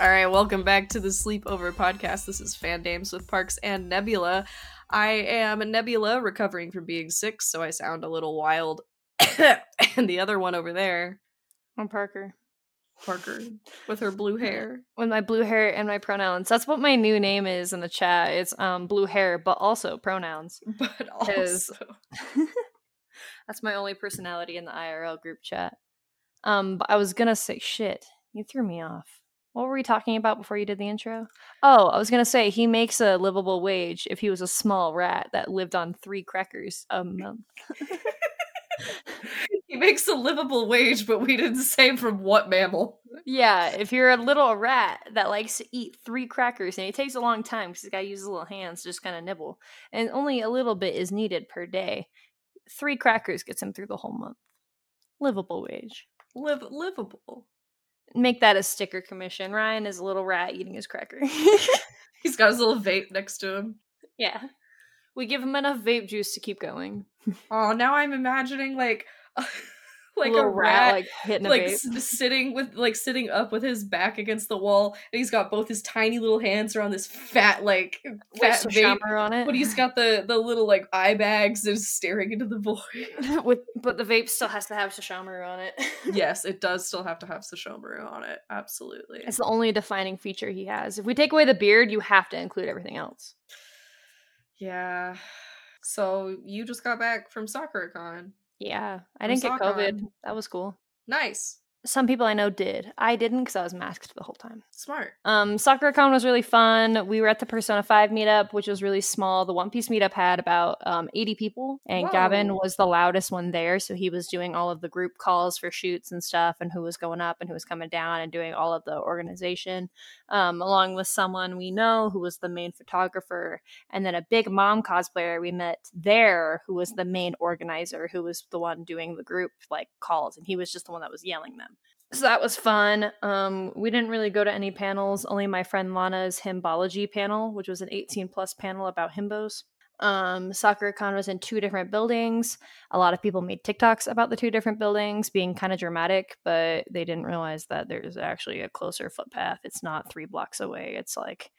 All right, welcome back to the Sleepover Podcast. This is Fandames with Parks and Nebula. I am Nebula, recovering from being sick, so I sound a little wild. and the other one over there, I'm Parker. Parker, with her blue hair. With my blue hair and my pronouns. That's what my new name is in the chat. It's um blue hair, but also pronouns. But Is- also, That's my only personality in the IRL group chat. Um, but I was gonna say shit. You threw me off. What were we talking about before you did the intro? Oh, I was gonna say he makes a livable wage if he was a small rat that lived on three crackers a month. he makes a livable wage, but we didn't say from what mammal. Yeah, if you're a little rat that likes to eat three crackers, and it takes a long time because the guy uses little hands to just kind of nibble, and only a little bit is needed per day. Three crackers gets him through the whole month. Livable wage. Live livable. Make that a sticker commission. Ryan is a little rat eating his cracker. He's got his little vape next to him. yeah. We give him enough vape juice to keep going. Oh, now I'm imagining like, like a little rat, like hitting a like vape. s- sitting with like sitting up with his back against the wall and he's got both his tiny little hands around this fat like fat With some vape shammer on it. but he's got the the little like eye bags and staring into the void With, but the vape still has to have shamaru on it. yes it does still have to have sashomaru on it absolutely It's the only defining feature he has. If we take away the beard, you have to include everything else. yeah so you just got back from sakuracon Yeah, I From didn't get Sock COVID. On. That was cool. nice Some people I know did. I didn't because I was masked the whole time. smart Um, SoccerCon was really fun. We were at the Persona 5 meetup, which was really small. The One Piece meetup had about um, 80 people, and Gavin Whoa. was the loudest one there. So he was doing all of the group calls for shoots and stuff, and who was going up and who was coming down, and doing all of the organization, um, along with someone we know who was the main photographer, and then a big mom cosplayer we met there who was the main organizer, who was the one doing the group like calls, and he was just the one that was yelling them so that was fun. Um, we didn't really go to any panels. Only my friend Lana's Himbology panel, which was an 18 plus panel about himbos. Um, SoccerCon was in two different buildings. A lot of people made TikToks about the two different buildings being kind of dramatic, but they didn't realize that there's actually a closer footpath. It's not three blocks away. It's like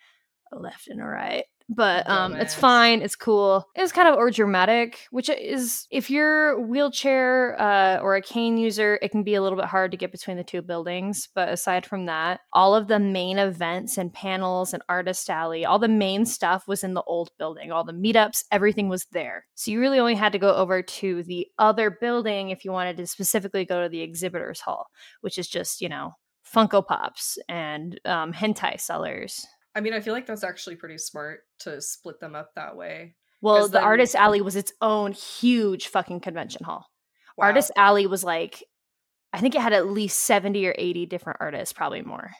a left and a right. But um, it's Dumbass. fine. It's cool. It was kind of over dramatic, which is if you're wheelchair uh, or a cane user, it can be a little bit hard to get between the two buildings. But aside from that, all of the main events and panels and artist alley, all the main stuff was in the old building. All the meetups, everything was there. So you really only had to go over to the other building if you wanted to specifically go to the exhibitors hall, which is just you know Funko Pops and um, hentai sellers. i mean i feel like that's actually pretty smart to split them up that way Well, 'Cause the then- Artist Alley was its own huge fucking convention hall. Wow. Artist Alley was like, I think it had at least 70 or 80 different artists, probably more.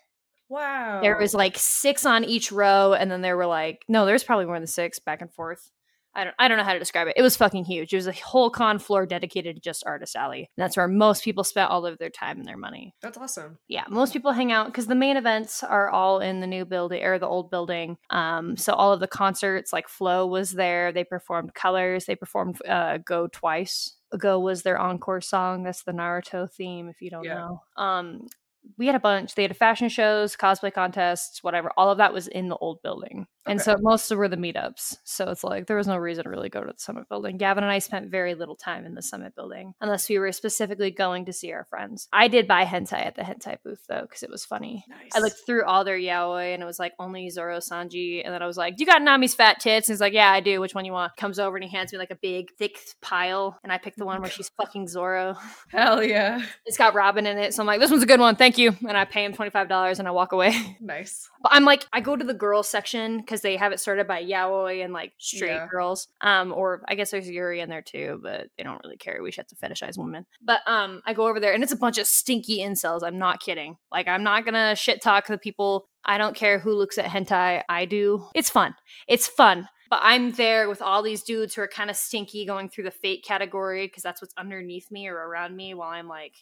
wow There was like six on each row, and then there were like, no, there's probably more than six back and forth. I don't, I don't know how to describe it. It was fucking huge. It was a whole con floor dedicated to just Artist Alley. And that's where most people spent all of their time and their money that's awesome yeah most people hang out because the main events are all in the new building or the old building um so all of the concerts like flow was there they performed colors they performed uh go twice go was their encore song that's the naruto theme if you don't Yeah. know um we had a bunch they had fashion shows cosplay contests whatever all of that was in the old building and Okay. so most were the meetups so it's like there was no reason to really go to the summit building gavin and i spent very little time in the summit building unless we were specifically going to see our friends i did buy hentai at the hentai booth though because it was funny nice I looked through all their yaoi and it was like only Zoro Sanji. And then I was like, Do you got Nami's fat tits? And he's like, Yeah, I do. Which one you want? Comes over and he hands me like a big, thick pile. And I picked Oh the one where she's fucking Zoro. hell yeah It's got Robin in it. So I'm like, This one's a good one. Thank you. And I pay him $25 and I walk away. nice But I'm like, I go to the girl section because they have it sorted by yaoi and like straight Yeah. girls. Um, or I guess there's Yuri in there too, but they don't really care. We should have to fetishize women. But um, I go over there and it's a bunch of stinky incels. I'm not kidding. Like, I'm not gonna shit talk the people. I don't care who looks at hentai. I do. It's fun. It's fun. But I'm there with all these dudes who are kind of stinky going through the fake category because that's what's underneath me or around me while I'm like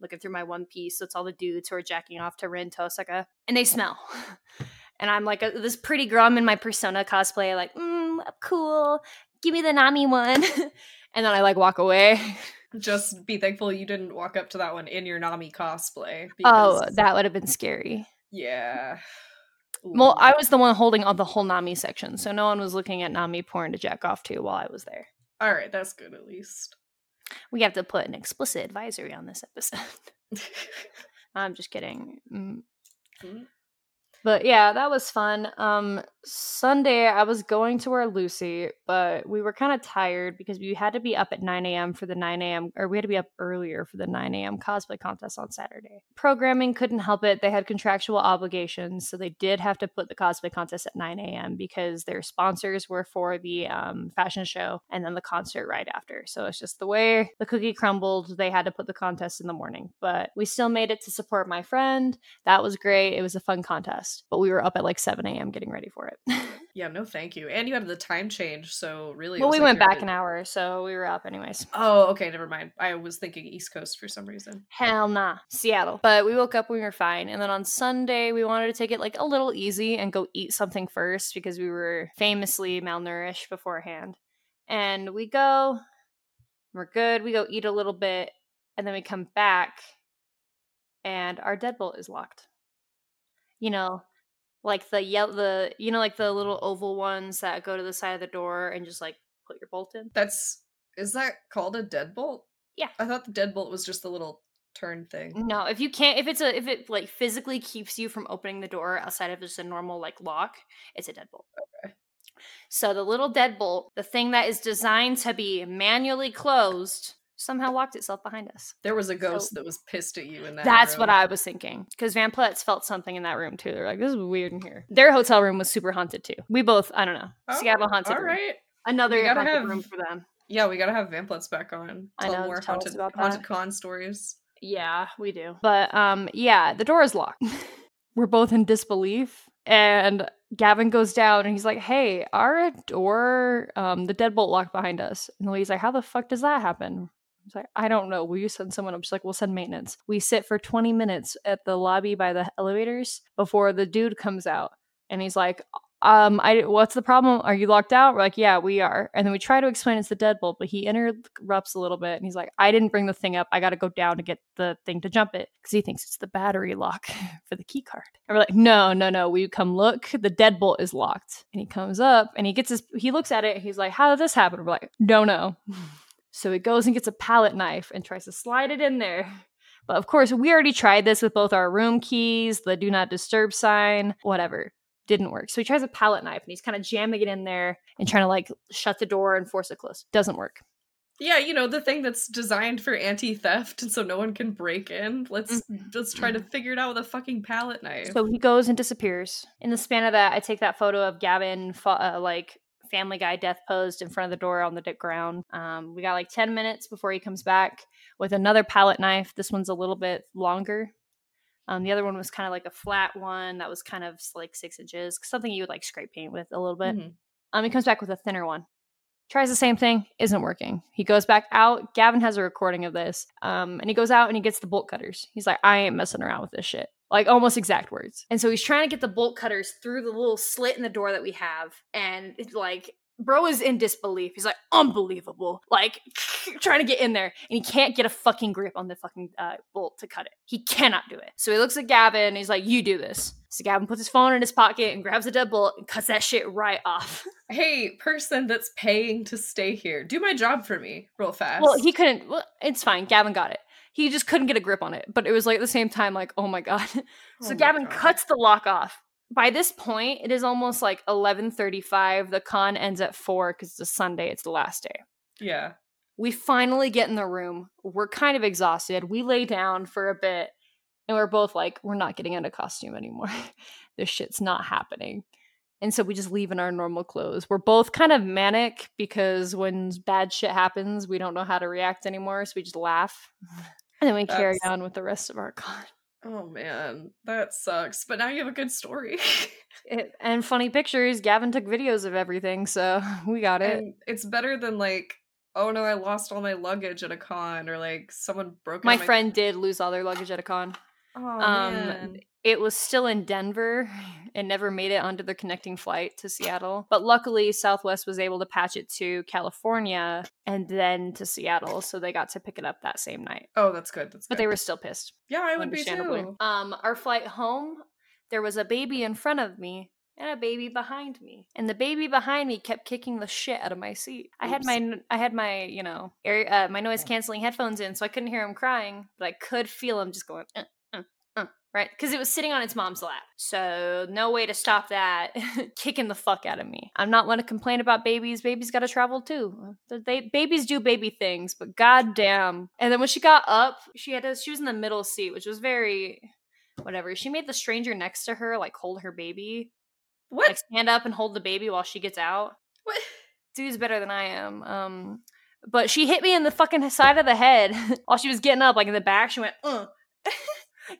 looking through my one piece. So it's all the dudes who are jacking off to Rin Tosaka and they smell. and I'm like a, this pretty grum in my persona cosplay, like, mm, cool, give me the Nami one. and then I like walk away. Just be thankful you didn't walk up to that one in your Nami cosplay. Oh, because- that would have been scary. yeah. Well, Ooh. I was the one holding on the whole Nami section, so no one was looking at Nami porn to jack off to while I was there. all right. That's good at least. We have to put an explicit advisory on this episode. I'm just kidding. Mm. Mm. But yeah, that was fun. Um Sunday I was going to our Lucy, but we were kind of tired because we had to be up at 9 a.m. for the 9 a.m. or we had to be up earlier for the 9 a.m. cosplay contest on Saturday. Programming couldn't help it. They had contractual obligations, so they did have to put the cosplay contest at 9 a.m. because their sponsors were for the um, fashion show and then the concert right after. So it's just the way the cookie crumbled. They had to put the contest in the morning, but we still made it to support my friend. That was great. It was a fun contest, but we were up at like 7 a.m. getting ready for it. Yeah. No, thank you. And you had the time change, so really. it well, was we like went you're- back an hour, so we were up anyways. Oh, okay. Never mind. I was thinking East Coast for some reason. Hell nah, Seattle. But we woke up, we were fine. And then on Sunday, we wanted to take it like a little easy and go eat something first because we were famously malnourished beforehand. And we go, we're good, we go eat a little bit, and then we come back, and our deadbolt is locked. You know, like the yell, the you know, like the little oval ones that go to the side of the door and just like put your bolt in. That's is that called a deadbolt? Yeah. I Mm, thought the deadbolt was just the little turn thing. No, if you can't, if it's a, if it like physically keeps you from opening the door outside of just a normal like lock, it's a deadbolt. Okay. So the little deadbolt, the thing that is designed to be manually closed, somehow locked itself behind us. There was a So- ghost that was pissed at you in that. That's what room. I was thinking. Because Van Pletz felt something in that room too. They're like, this is weird in here. Their hotel room was super haunted too. We both, I don't know, Oh, Seattle haunted. All room. right. Another You gotta haunted have- room for them. Yeah, we gotta have Vamplets back on. I Tell know, more tell us haunted, about that. haunted con stories. Yeah, we do. But um yeah, the door is locked. We're both in disbelief and Gavin goes down and he's like, "Hey, our door um the deadbolt locked behind us." And Lee's like, "How the fuck does that happen?" He's like, "I don't know. Will you send someone?" I'm just like, "We'll send maintenance." We sit for 20 minutes at the lobby by the elevators before the dude comes out and he's like, um, I what's the problem? Are you locked out? We're like, yeah, we are. And then we try to explain it's the deadbolt, but he interrupts a little bit and he's like, I didn't bring the thing up. I got to go down to get the thing to jump it because he thinks it's the battery lock for the key card. And we're like, no, no, no. We come look. The deadbolt is locked. And he comes up and he gets his. He looks at it. And he's like, how did this happen? We're like, no, no. So he goes and gets a palette knife and tries to slide it in there. But of course, we already tried this with both our room keys, the do not disturb sign, whatever didn't work. So he tries a palette knife and he's kind of jamming it in there and trying to like shut the door and force it closed. Doesn't work. Yeah, you know the thing that's designed for anti-theft, and so no one can break in. Let's let's try to figure it out with a fucking palette knife. Mm-hmm. So he goes and disappears. In the span of that, I take that photo of Gavin, fa- uh, like Family Guy death posed in front of the door on the d- ground. Um, we got like 10 minutes before he comes back with another palette knife. This one's a little bit longer. Um, the other one was kind of like a flat one that was kind of like six inches, something you would like scrape paint with a little bit. Mhm. Um, he comes back with a thinner one. Tries the same thing, isn't working. He goes back out. Gavin has a recording of this. Um, and he goes out and he gets the bolt cutters. He's like, I ain't messing around with this shit. Like almost exact words. And so he's trying to get the bolt cutters through the little slit in the door that we have. And it's like, bro is in disbelief. He's like, unbelievable. Like trying to get in there. And he can't get a fucking grip on the fucking uh, bolt to cut it. He cannot do it. So he looks at Gavin and he's like, You do this. So Gavin puts his phone in his pocket and grabs the deadbolt and cuts that shit right off. Hey, person that's paying to stay here, do my job for me real fast. Well, he couldn't. Well, it's fine. Gavin got it. He just couldn't get a grip on it. But it was like at the same time, like, oh my god. Oh so my Gavin God. cuts the lock off. By this point, it is almost like eleven thirty-five. The con ends at four because it's a Sunday. It's the last day. Yeah. We finally get in the room. We're kind of exhausted. We lay down for a bit, and we're both like, we're not getting into costume anymore. this shit's not happening. And so we just leave in our normal clothes. We're both kind of manic because when bad shit happens, we don't know how to react anymore. So we just laugh. And then we carry That's- on with the rest of our con. Oh man, that sucks. But now you have a good story. It, and funny pictures. Gavin took videos of everything. So we got it. and it's better than like, oh no, I lost all my luggage at a con, or like someone broke into my friend did lose all their luggage at a con. Oh, Um, man. It was still in Denver and never made it onto the connecting flight to Seattle. But luckily, Southwest was able to patch it to California and then to Seattle. So they got to pick it up that same night. Oh, that's good. That's But good. they were still pissed. Yeah, I would be understandably. too. Um, our flight home, there was a baby in front of me and a baby behind me, and the baby behind me kept kicking the shit out of my seat. I had Oops. my I had my you know air, uh, my noise canceling headphones in, so I couldn't hear him crying, but I could feel him just going. Uh, uh, uh, Right, because it was sitting on its mom's lap. So, no way to stop that kicking the fuck out of me. I'm not one to complain about babies. Babies got to travel too. They, they- babies do baby things, but goddamn. And then when she got up, she had a, she was in the middle seat, which was very whatever. She made the stranger next to her like hold her baby, What? like stand up and hold the baby while she gets out. what? Dude's better than I am. Um, but she hit me in the fucking side of the head while she was getting up, like in the back. She went, "Uh."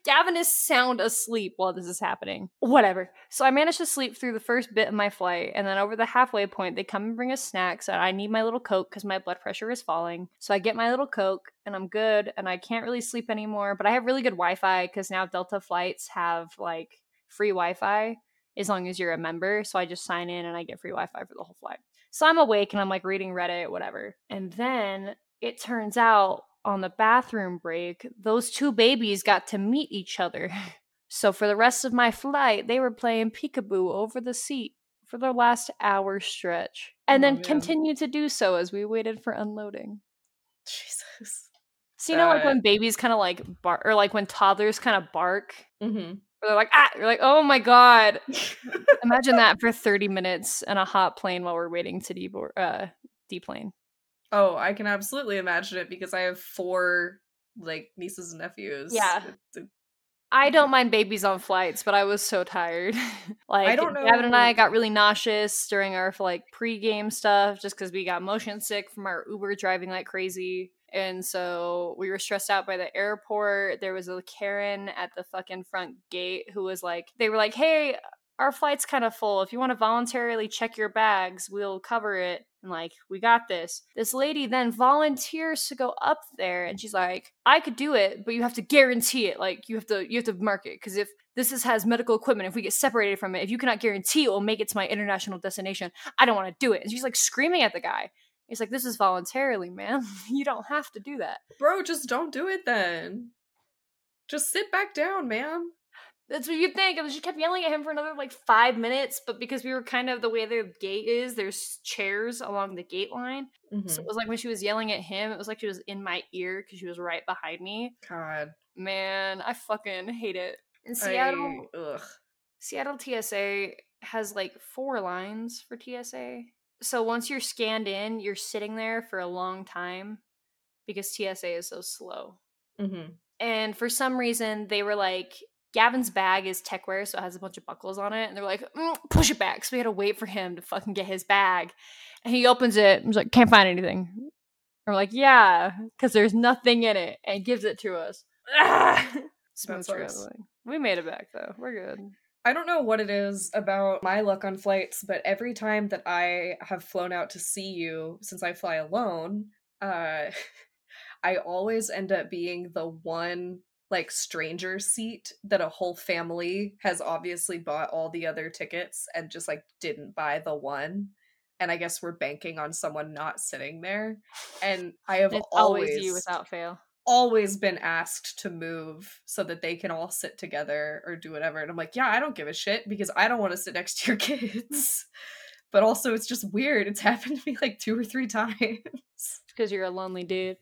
Gavin is sound asleep while this is happening. Whatever. So I managed to sleep through the first bit of my flight, and then over the halfway point, they come and bring us snacks, and I need my little coke because my blood pressure is falling. So I get my little coke, and I'm good, and I can't really sleep anymore. But I have really good Wi-Fi because now Delta flights have like free Wi-Fi as long as you're a member. So I just sign in and I get free Wi-Fi for the whole flight. So I'm awake and I'm like reading Reddit, whatever. And then it turns out on the bathroom break, those two babies got to meet each other. So for the rest of my flight, they were playing peekaboo over the seat for their last hour stretch and Oh, then man. continued to do so as we waited for unloading. Jesus. So you know like That- when babies kind of like bark or like when toddlers kind of bark Mm-hmm. or they're like ah you're like oh my god imagine that for 30 minutes in a hot plane while we're waiting to deboard uh deplane Oh, I can absolutely imagine it because I have four like nieces and nephews. Yeah. It- it- I don't mind babies on flights, but I was so tired. like don't Gavin and I know- got really nauseous during our like pregame stuff just because we got motion sick from our Uber driving like crazy. And so we were stressed out by the airport. There was a Karen at the fucking front gate who was like, they were like, hey, our flight's kind of full. If you want to voluntarily check your bags, we'll cover it. And like, we got this. This lady then volunteers to go up there and she's like, I could do it, but you have to guarantee it. Like you have to you have to mark it. Cause if this is has medical equipment, if we get separated from it, if you cannot guarantee it will make it to my international destination, I don't want to do it. And she's like screaming at the guy. He's like, This is voluntarily, man. You don't have to do that. Bro, just don't do it then. Just sit back down, man. That's what you think. And she kept yelling at him for another like five minutes, but because we were kind of the way the gate is, there's chairs along the gate line. Mm-hmm. So it was like when she was yelling at him, it was like she was in my ear because she was right behind me. God. Man, I fucking hate it. In I- Seattle, ugh. Seattle TSA has like four lines for TSA. So once you're scanned in, you're sitting there for a long time because TSA is so slow. Mm-hmm. And for some reason, they were like, Gavin's bag is techwear, so it has a bunch of buckles on it. And they're like, "Mm, push it back. So we had to wait for him to fucking get his bag. And he opens it and was like, can't find anything. And we're like, yeah, because there's nothing in it. And gives it to us. Ah! Smooth sucks. traveling. We made it back, though. We're good. I don't know what it is about my luck on flights, but every time that I have flown out to see you since I fly alone, uh I always end up being the one like stranger seat that a whole family has obviously bought all the other tickets and just like didn't buy the one. And I guess we're banking on someone not sitting there. And I have It's always always, you without fail. always been asked to move so that they can all sit together or do whatever. And I'm like, yeah, I don't give a shit because I don't want to sit next to your kids. But also, it's just weird. It's happened to me like two or three times. Because you're a lonely dude.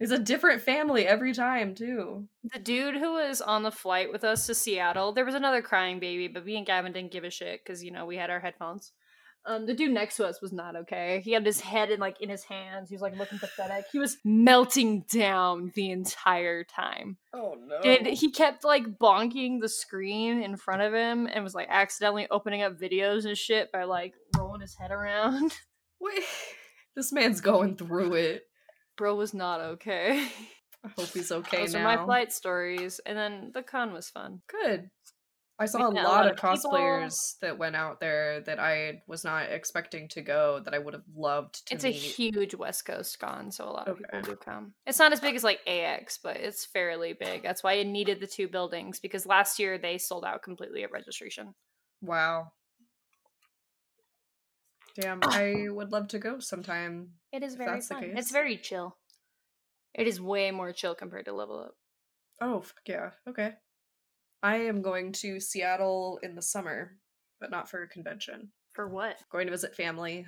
It's a different family every time, too. The dude who was on the flight with us to Seattle, there was another crying baby, but me and Gavin didn't give a shit because you know we had our headphones. Um, the dude next to us was not okay. He had his head in like in his hands. He was like looking pathetic. He was melting down the entire time. Oh no. Did he kept like bonking the screen in front of him and was like accidentally opening up videos and shit by like rolling his head around. Wait. This man's going through it. Bro was not okay. I hope he's okay Those now. are my flight stories, and then the con was fun. Good. I saw a met lot, a lot of, of people. cosplayers that went out there that I was not expecting to go that I would have loved to it's a meet. huge West Coast con, so a lot of Okay. people do come. It's not as big as like AX, but it's fairly big. That's why it needed the two buildings because last year they sold out completely at registration. wow. Damn, Ah. I would love to go sometime. It is If very that's the fun. case. It's very chill. It is way more chill compared to Level Up. Oh, fuck yeah. Okay. I am going to Seattle in the summer, but not for a convention. For what? Going to visit family.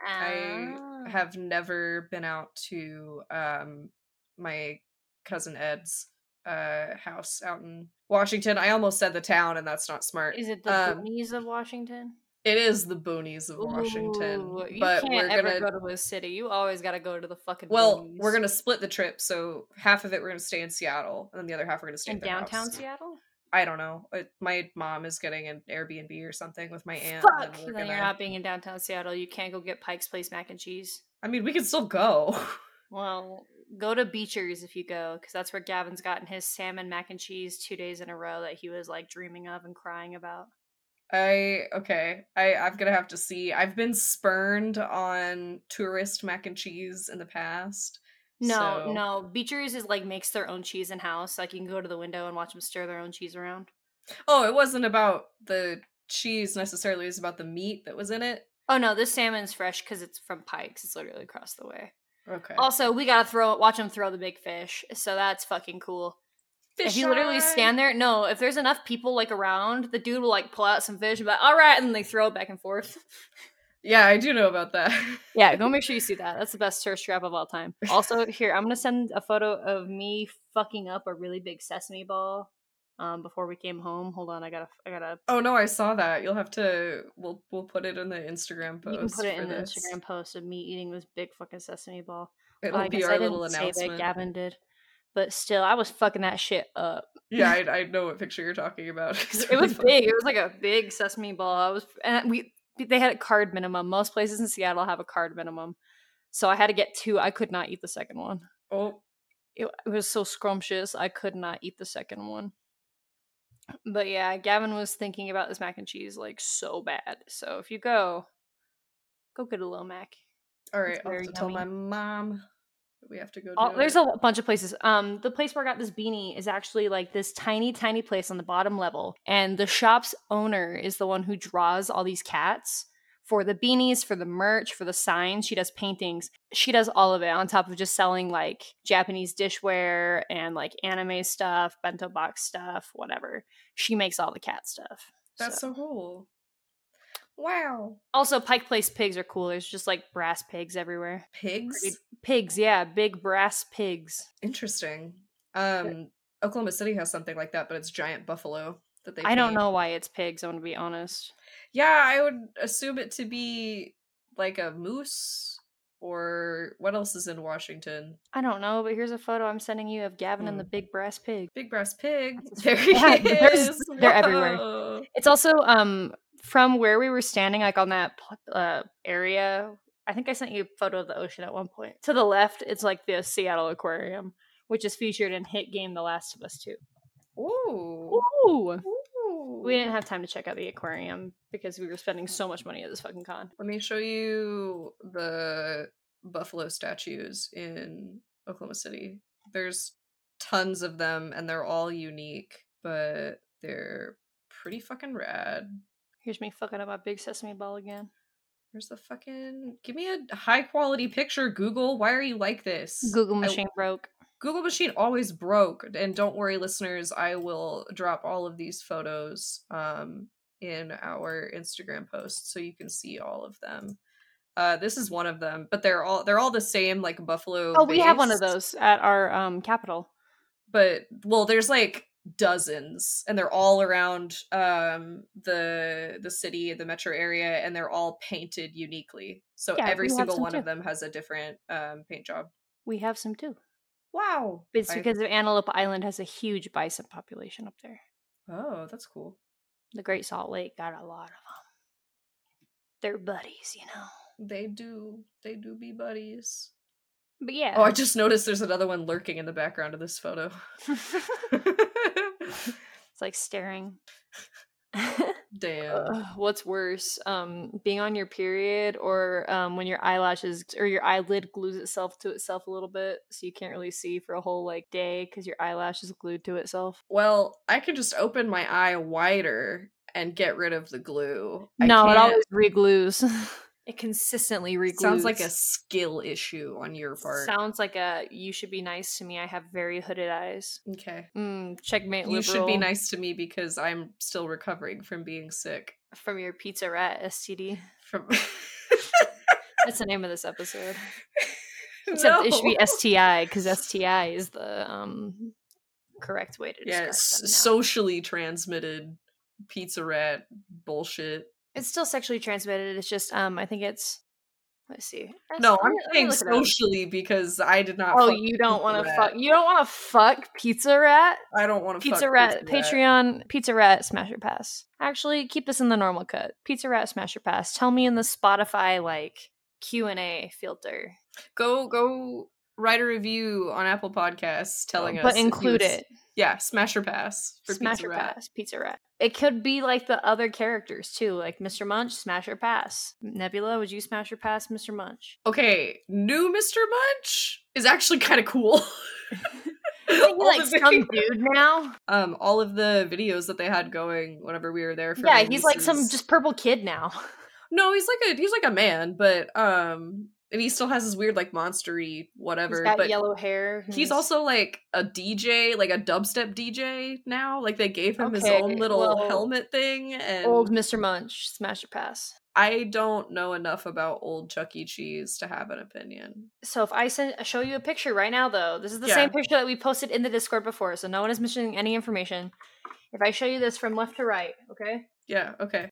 I Ah. have never been out to um my cousin Ed's uh house out in Washington. I almost said the town and that's not smart. Is it the um, Boonies of Washington? It is the boonies of Washington. Ooh, you but can't we're ever gonna go to a city. You always got to go to the fucking. well, boonies. we're gonna split the trip, so half of it we're gonna stay in Seattle, and then the other half we're gonna stay in at their house. downtown Seattle. I don't know. It, my mom is getting an Airbnb or something with my aunt. and Fuck! then Then we're you're gonna- not being in downtown Seattle. You can't go get Pike's Place mac and cheese. I mean, we can still go. Well, go to Beecher's if you go, because that's where Gavin's gotten his salmon mac and cheese two days in a row that he was like dreaming of and crying about. I okay. I I'm gonna have to see. I've been spurned on tourist mac and cheese in the past. No, so- no, Beecher's is like makes their own cheese in house. Like you can go to the window and watch them stir their own cheese around. Oh, it wasn't about the cheese necessarily. It was about the meat that was in it. Oh no, this salmon's fresh because it's from Pike's. It's literally across the way. Okay. Also, we gotta throw watch him throw the big fish, so that's fucking cool. if you literally stand there, no, if there's enough people like around, the dude will like pull out some fish, and be like, all right, and they throw it back and forth. Yeah, I do know about that. Yeah, go make sure you see that. That's the best tourist trap of all time. Also, here I'm gonna send a photo of me fucking up a really big sesame ball. Um, before we came home, hold on, I gotta, I gotta. Oh no, I saw that. You'll have to. We'll we'll put it in the Instagram Oh, post. You can put it for in the this. Instagram post of me eating this big fucking sesame ball. It'll Well, I be guess our I little didn't say announcement. That Gavin did, but still, I was fucking that shit up. Yeah, I, I know what picture you're talking about. It's it really was funny. big. It was like a big sesame ball. I was, and we they had a card minimum. Most places in Seattle have a card minimum, so I had to get two. I could not eat the second one. Oh, It, it was so scrumptious. I could not eat the second one. But yeah, Gavin was thinking about this mac and cheese like so bad. So if you go, go get a little mac. all right. I'll have very to tell my mom. that We have to go. All, do there's it. a bunch of places. Um, the place where I got this beanie is actually like this tiny, tiny place on the bottom level, and the shop's owner is the one who draws all these cats for the beanies, for the merch, for the signs. She does paintings. She does all of it on top of just selling like Japanese dishware and like anime stuff, bento box stuff, whatever. She makes all the cat stuff. That's so cool. Wow. also Pike Place pigs are cool. There's just like brass pigs everywhere. Pigs. Pretty- Pigs, yeah, big brass pigs. Interesting. Um, Oklahoma City has something like that, but it's giant buffalo that they. I don't feed. know why it's pigs. I'm gonna be honest. Yeah, I would assume it to be like a moose or what else is in Washington? I don't know, but here's a photo I'm sending you of Gavin and the big brass pig. Big brass pig. That's- There he yeah, there's- is. they're everywhere. Whoa. It's also um from where we were standing, like on that pl- uh, area. I think I sent you a photo of the ocean at one point. To the left, it's like the Seattle Aquarium, which is featured in hit game The Last of Us 2. Ooh. Ooh! Ooh. We didn't have time to check out the aquarium because we were spending so much money at this fucking con. Let me show you the buffalo statues in Oklahoma City. There's tons of them and they're all unique, but they're pretty fucking rad. Here's me fucking up my big sesame ball again. Where's the fucking Give me a high quality picture, Google. Why are you like this? Google I- machine broke. Google machine always broke, and don't worry, listeners. I will drop all of these photos um, in our Instagram post so you can see all of them. Uh, this is one of them, but they're all they're all the same, like buffalo. Oh, we have one of based, those at our um capital. But well, there's like dozens, and they're all around um, the the city, the metro area, and they're all painted uniquely. So Yeah, every we have single some one of too. them has a different um, paint job. We have some too. Wow, It's I- because of Antelope Island has a huge bison population up there. oh, that's cool. The Great Salt Lake got a lot of them. They're buddies, you know. They do. They do be buddies. But yeah, Oh, I just noticed there's another one lurking in the background of this photo. it's like staring. Damn. Ugh, what's worse um being on your period or um when your eyelashes or your eyelid glues itself to itself a little bit so you can't really see for a whole like day because your eyelash is glued to itself Well, I can just open my eye wider and get rid of the glue. I no it can't- always reglues it consistently reglues sounds like a skill issue on your part. sounds like a you should be nice to me i have very hooded eyes okay. mm, checkmate You should be liberal nice to me because I'm still recovering from being sick. from your pizza rat std From that's the name of this episode Except no. it should be STI because STI is the um correct way to describe yeah, s- them now. socially transmitted pizza rat bullshit. it's still sexually transmitted. It's just um I think it's let's see. No, Let I'm me- let me saying look it up. socially because I did not. Oh, fuck you don't pizza want to rat. fuck. You don't want to fuck Pizza Rat. I don't want to. Pizza Rat. Patreon. Pizza Rat. Smasher Pass. Actually, keep this in the normal cut. Pizza Rat. Smasher Pass. Tell me in the Spotify like Q and A filter, Go go write a review on Apple Podcasts telling us, but if you include was- it. Yeah, smash or pass for Smash pizza or rat. pass, Pizza Rat. It could be like the other characters too, like Mr. Munch, smash or pass. Nebula, would you smash or pass Mr. Munch? Okay, new Mr. Munch is actually kind of cool. Isn't he, All like the some video- dude now? um, all of the videos that they had going whenever we were there. For Yeah, he's like some releases- just purple kid now. no, he's like a he's like a man, but um, and he still has his weird like monstery whatever. he's got but yellow hair. he's also like a DJ, like a dubstep DJ now. Like they gave him his own Okay, little well, helmet thing, and old Mr. Munch, smash or pass. I don't know enough about old Chuck E. Cheese to have an opinion. So if I send show you a picture right now though, this is the Yeah. same picture that we posted in the Discord before, so no one is missing any information. If I show you this from left to right, okay? Yeah, okay,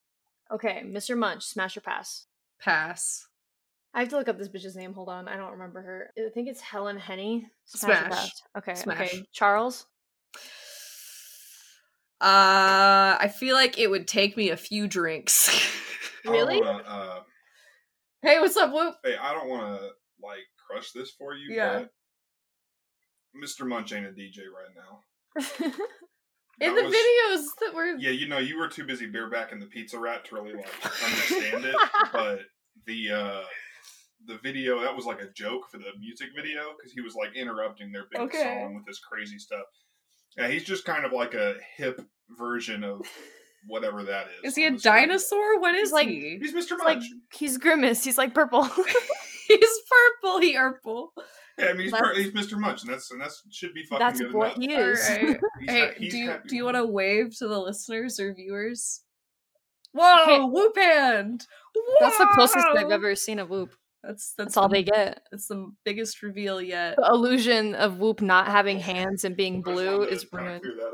Okay, Mr. Munch, smash or pass. pass. I have to look up this bitch's name. Hold on, I don't remember her. I think it's Helen Henny. or Smash. pass? Okay. Smash. Okay. Charles. Uh, I feel like it would take me a few drinks. Really? I don't wanna, uh, hey, what's up, Whoop? hey, I don't want to like crush this for you. Yeah. But Mr. Munch ain't a DJ right now. In That the was- videos that were Yeah, you know, you were too busy beer backing the pizza rat to really like understand it. But the uh the video that was like a joke for the music video because he was like interrupting their big Okay. song with this crazy stuff. Yeah, he's just kind of like a hip version of whatever that is. Is he on a this video. dinosaur? What is He's like- he? He's Mr. Munch. like he's grimace. He's like purple. He's purple. He purple. yeah, I mean, he's, that's- per- he's Mr. Munch, and that's and that's should be fucking That's good what enough. he All is. right. He's Hey, ha- he's do you happy do you with want it. to wave to the listeners or viewers? Whoa, Whoop hand. That's the closest I've Whoa! ever seen of Whoop. That's That's all they get. That's the biggest reveal yet. The illusion of Whoop not having hands and being I just blue wanted to is kinda ruined. clear that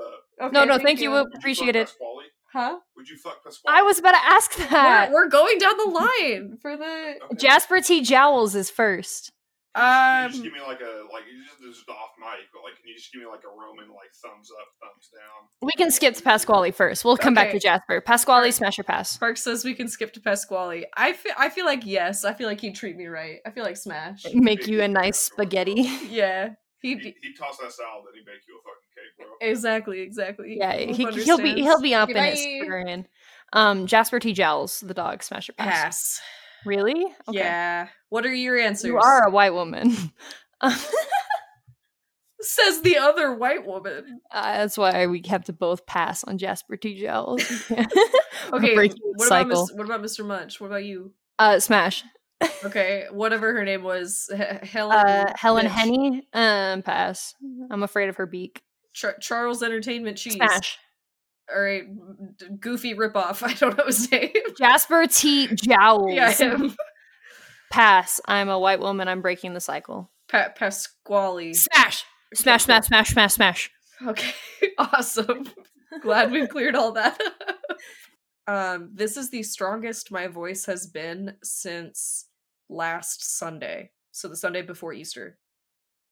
up. No, Okay, no, thank you, Whoop. Would you fuck Appreciate it. Pasquale? Huh? Would you fuck Pasquale? I was about to ask that. We're, we're going down the line for the Okay. Jasper T. Jowls is first. Can Oh, you just Um, give me like a like you just, this is off mic, but like can you just give me like a Roman like thumbs up, thumbs down? We can skip to Pasquale first. We'll come back Okay. to Jasper. Pasquale, smash or pass. Spark says we can skip to Pasquale. I feel I feel like yes. I feel like he'd treat me right. I feel like smash. Make you a nice spaghetti. yeah. He, He he tossed that salad and he baked you a fucking cake, bro. exactly, exactly. Yeah, Whoop he, he'll be understands. he'll be up in Goodbye. his screen. Um, Jasper T. Jowls, the dog smasher. Pass. Pass. Really? Yeah. What are your answers? You are a white woman. Uh, Says the other white woman. that's why we have to both pass on Jasper T. Jowls. Okay. breaking the What about, cycle. Mis- what about Mr. Munch? What about you? uh, smash. Okay. Whatever her name was, H- Helen. Uh, Helen Mitch. Henny. Um, pass. I'm afraid of her beak. Char- Charles Entertainment Cheese. Smash. All right. d- Goofy ripoff. I don't know his name. Jasper T. Jowls. yeah, him. Pass. I'm a white woman. I'm breaking the cycle. Pa- Pasquale. Smash. Smash. Smash. Smash. Smash. Smash. Okay, awesome. Glad we've cleared all that. up. um, this is the strongest my voice has been since last Sunday, so the Sunday before Easter.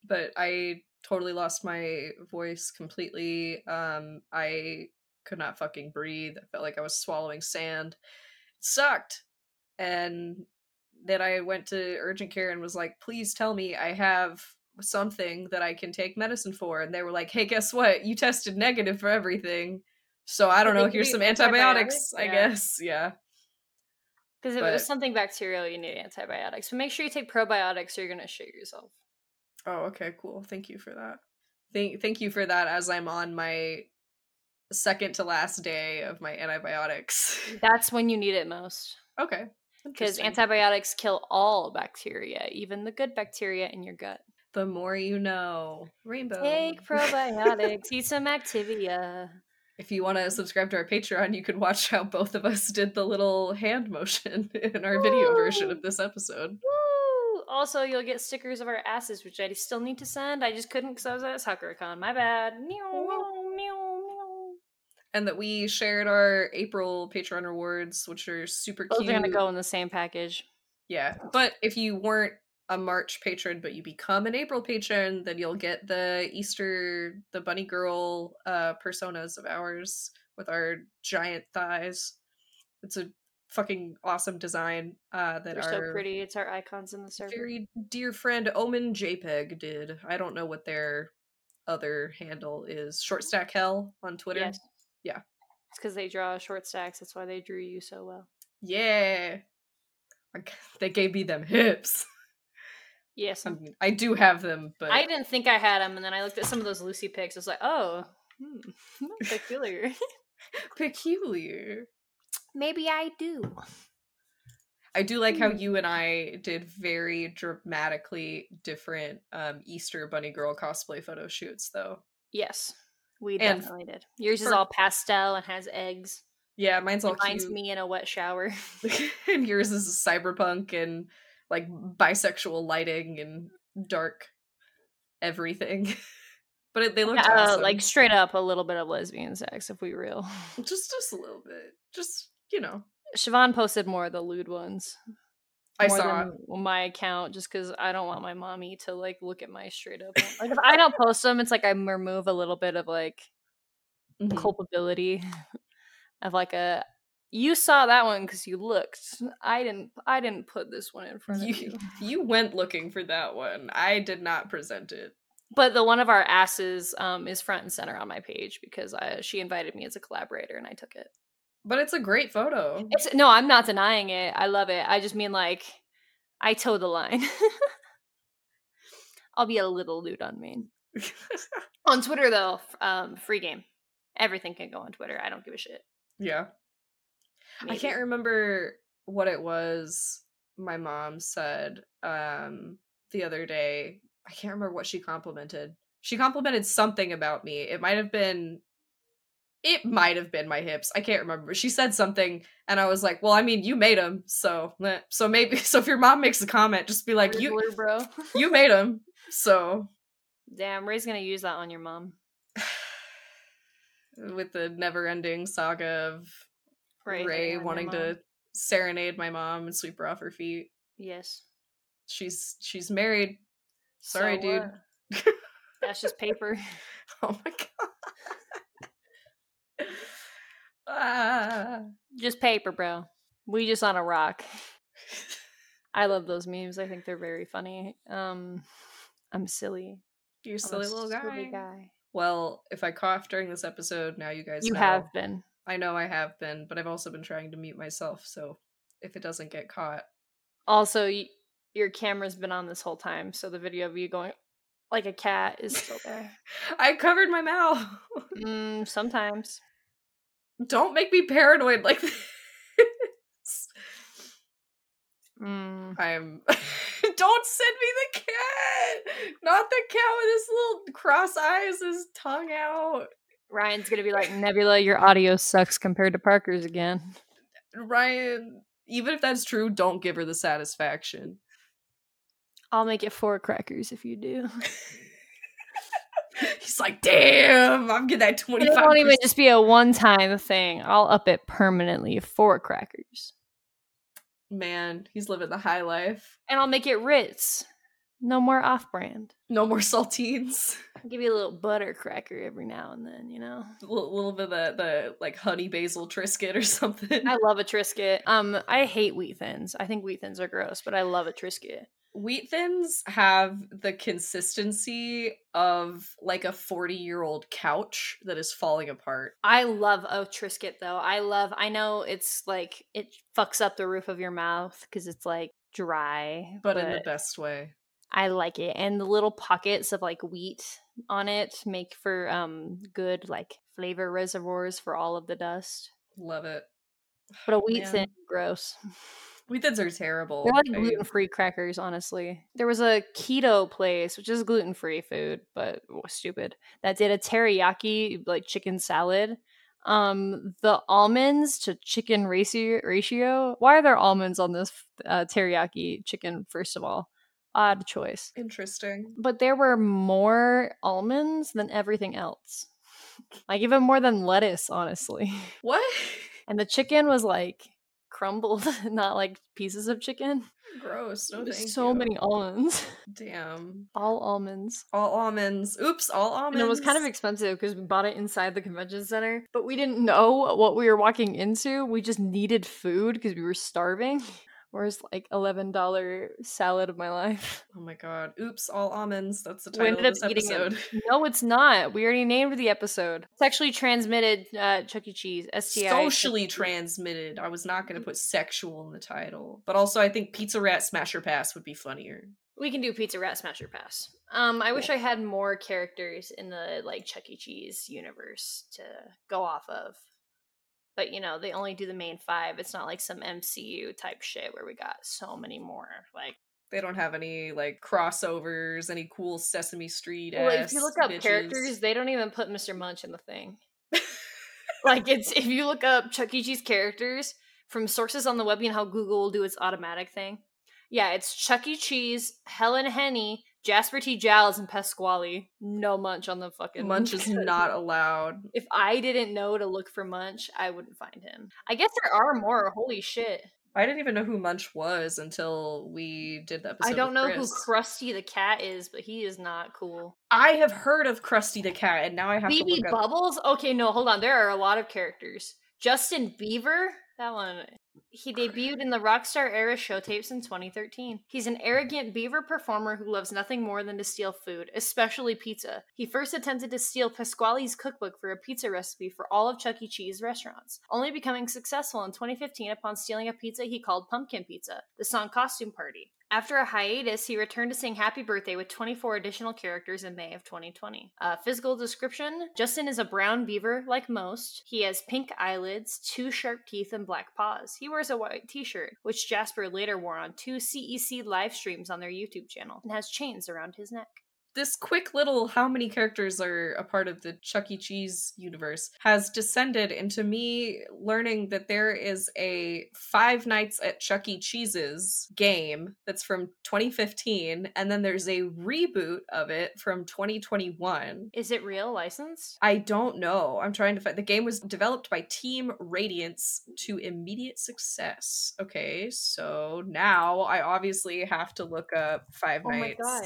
But I totally lost my voice completely. Um, I could not fucking breathe. I felt like I was swallowing sand. It sucked. And then I went to urgent care and was like, please tell me I have something that I can take medicine for. And they were like, hey, guess what? You tested negative for everything. So I don't They know. give Here's you some antibiotics, antibiotics? I Yeah. guess. Yeah. Because if it But- was something bacterial, you need antibiotics. But make sure you take probiotics or you're going to shit yourself. Oh, okay, cool. Thank you for that. Thank thank you for that as I'm on my second to last day of my antibiotics. That's when you need it most. Okay. Because Interesting. antibiotics kill all bacteria, even the good bacteria in your gut. the more you know. Rainbow. Take probiotics, eat some Activia. if you want to subscribe to our Patreon, you can watch how both of us did the little hand motion in our video version of Woo! this episode. Woo! Also, you'll get stickers of our asses, which I still need to send. I just couldn't because I was at SoccerCon. My bad. Meow, meow, meow, meow. And that we shared our April Patreon rewards, which are super Those cute. are gonna go in the same package. Yeah. But if you weren't a March patron, but you become an April patron, then you'll get the Easter, the bunny girl uh, personas of ours with our giant thighs. It's a fucking awesome design uh, that They're our so pretty. It's our icons in the server. very dear friend Omen JPEG did. I don't know what their other handle is. Short Stack Hell on Twitter. Yes. Yeah. It's because they draw short stacks. That's why they drew you so well. Yeah. Like, They gave me them hips. Yes. I, mean, I do have them, Um, but I didn't think I had them, and then I looked at some of those Lucy pics. I was like, oh, hmm, peculiar. peculiar. Maybe I do. I do like how Hmm. you and I did very dramatically different um, Easter Bunny Girl cosplay photo shoots, though. Yes, we And definitely did. Yours is for- all pastel and has eggs. Yeah, mine's all Reminds cute. me in a wet shower. and yours is cyberpunk and like bisexual lighting and dark everything. but it, they looked Uh, awesome. Like straight up a little bit of lesbian sex, if we real. just just a little bit, just you know. Siobhan posted more of the lewd ones. I more saw than my account just because I don't want my mommy to like look at my straight up. one. Like if I don't post them, it's like I remove a little bit of like mhm. Mm-hmm. culpability of like a you saw that one because you looked. I didn't. I didn't put this one in front of you you. you went looking for that one. I did not present it. But the one of our asses um, is front and center on my page because I, she invited me as a collaborator and I took it. But it's a great photo. It's no, I'm not denying it. I love it. I just mean like I toe the line. I'll be a little lewd on Maine. On Twitter though, f- um, free game. Everything can go on Twitter. I don't give a shit. yeah. I can't Maybe. remember what it was my mom said um the other day. I can't remember what she complimented. She complimented something about me. It might have been it might have been my hips. I can't remember. She said something and I was like, "Well, I mean, you made them." So, meh. so maybe so if your mom makes a comment, just be like, "You Rizzler, bro. you made them." So, Damn, Ray's gonna use that on your mom. with the never-ending saga of Ray, hitting on your wanting mom. to serenade my mom and sweep her off her feet. Yes. she's she's married. Sorry, So dude. what? That's just paper. Oh my god. ah. Just paper, bro. We just on a rock. I love those memes. I think they're very funny. Um, I'm silly. You I'm a silly little guy. silly guy. Well, if I cough during this episode, now you guys You know. have been. I know I have been, but I've also been trying to mute myself, so if it doesn't get caught. Also, y- your camera's been on this whole time, so the video of you going like a cat is still there. I covered my mouth. mm, sometimes. Don't make me paranoid like this. Mm. I'm Don't send me the cat! Not the cat with his little cross eyes, his tongue out. Ryan's gonna be like Nebula. Your audio sucks compared to Parker's again. Ryan, even if that's true, don't give her the satisfaction. I'll make it four crackers if you do. He's like, damn, I'm getting that And 25. It won't even just be a one-time thing. I'll up it permanently. Four crackers, Man, he's living the high life. and I'll make it Ritz. No more off-brand. No more saltines. I'll give you a little butter cracker every now and then. You know. A little, little bit of the, the like honey basil Triscuit or something. I love a Triscuit. Um, I hate Wheat Thins. I think Wheat Thins are gross, but I love a Triscuit. Wheat thins have the consistency of like a 40 year old couch that is falling apart. I love a Triscuit though. I love, I know it's like, it fucks up the roof of your mouth because it's like dry. But, in the best way. I like it. And the little pockets of like wheat on it make for um good like flavor reservoirs for all of the dust. Love it. But a wheat Man. thin, gross. Wheat thins are terrible. They're like I- gluten free crackers, honestly. There was a keto place, which is gluten free food, but w- stupid, that did a teriyaki like chicken salad. Um, the almonds to chicken ratio. ratio. Why are there almonds on this uh, teriyaki chicken? First of all, odd choice. Interesting. But there were more almonds than everything else. Like even more than lettuce, honestly. What? And the chicken was like crumbled, not like pieces of chicken. Gross. No, There's Oh, thank so you. many almonds. Damn. All almonds. All almonds. Oops, all almonds. And it was kind of expensive because we bought it inside the convention center, but we didn't know what we were walking into. We just needed food because we were starving. Where's like eleven dollar salad of my life? Oh my god. Oops, all almonds. That's the We title ended of up this eating episode. it. No, it's not. We already named the episode. It's actually transmitted uh, Chuck E. Cheese STI. Socially transmitted. I was not Mm. going to put sexual in the title, but also I think Pizza Rat Smasher Pass would be funnier. We can do Pizza Rat Smasher Pass. Um, I wish I had more characters in the like Chuck E. Cheese universe to go off of. But you know, they only do the main five. It's not like some MCU type shit where we got so many more. Like They don't have any like crossovers, any cool Sesame Street. well, if you look up bitches. characters, they don't even put Mr. Munch in the thing. like it's if you look up Chuck E. Cheese characters from sources on the web, you know how Google will do its automatic thing. Yeah, it's Chuck E. Cheese, Helen Henny, Jasper T. Giles, and Pasquale. No Munch on the fucking Munch is not allowed. If I didn't know to look for Munch, I wouldn't find him. I guess there are more. Holy shit! I didn't even know who Munch was until we did the episode. I don't with know Chris. who Krusty the Cat is, but he is not cool. I have heard of Krusty the Cat, and now I have to BB look up. Bubbles? Okay, no, hold on. There are a lot of characters. Justin Bieber? That one. He debuted in the Rockstar era show tapes in 2013. He's an arrogant beaver performer who loves nothing more than to steal food, especially pizza. He first attempted to steal Pasquale's cookbook for a pizza recipe for all of Chuck E. Cheese restaurants, only becoming successful in 2015 upon stealing a pizza he called Pumpkin Pizza, the song Costume Party. After a hiatus, he returned to sing Happy Birthday with 24 additional characters in May of 2020. Uh, physical description Justin is a brown beaver, like most. He has pink eyelids, two sharp teeth, and black paws. He wears a white t shirt, which Jasper later wore on two CEC live streams on their YouTube channel, and has chains around his neck. this quick little how many characters are a part of the Chuck E. Cheese universe has descended into me learning that there is a Five Nights at Chuck E. Cheese's game that's from 2015, and then there's a reboot of it from 2021. Is it real licensed? I don't know. I'm trying to find. The game was developed by Team Radiance to immediate success. Okay, so now I obviously have to look up Five Nights. Oh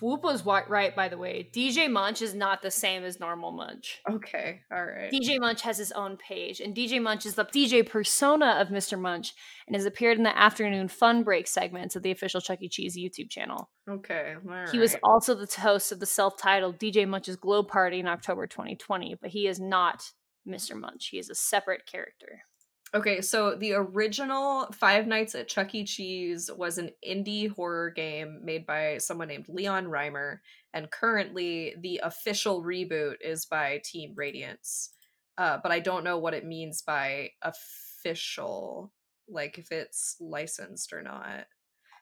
Whoop was wa- right, by the way. DJ Munch is not the same as normal Munch. Okay, all right. DJ Munch has his own page, and DJ Munch is the DJ persona of Mr. Munch and has appeared in the afternoon fun break segments of the official Chuck E. Cheese YouTube channel. Okay, all he was right. also the host of the self titled DJ Munch's Glow Party in October 2020, but he is not Mr. Munch. He is a separate character. Okay, so the original Five Nights at Chuck E. Cheese was an indie horror game made by someone named Leon Reimer, and currently the official reboot is by Team Radiance. Uh, but I don't know what it means by official, like if it's licensed or not.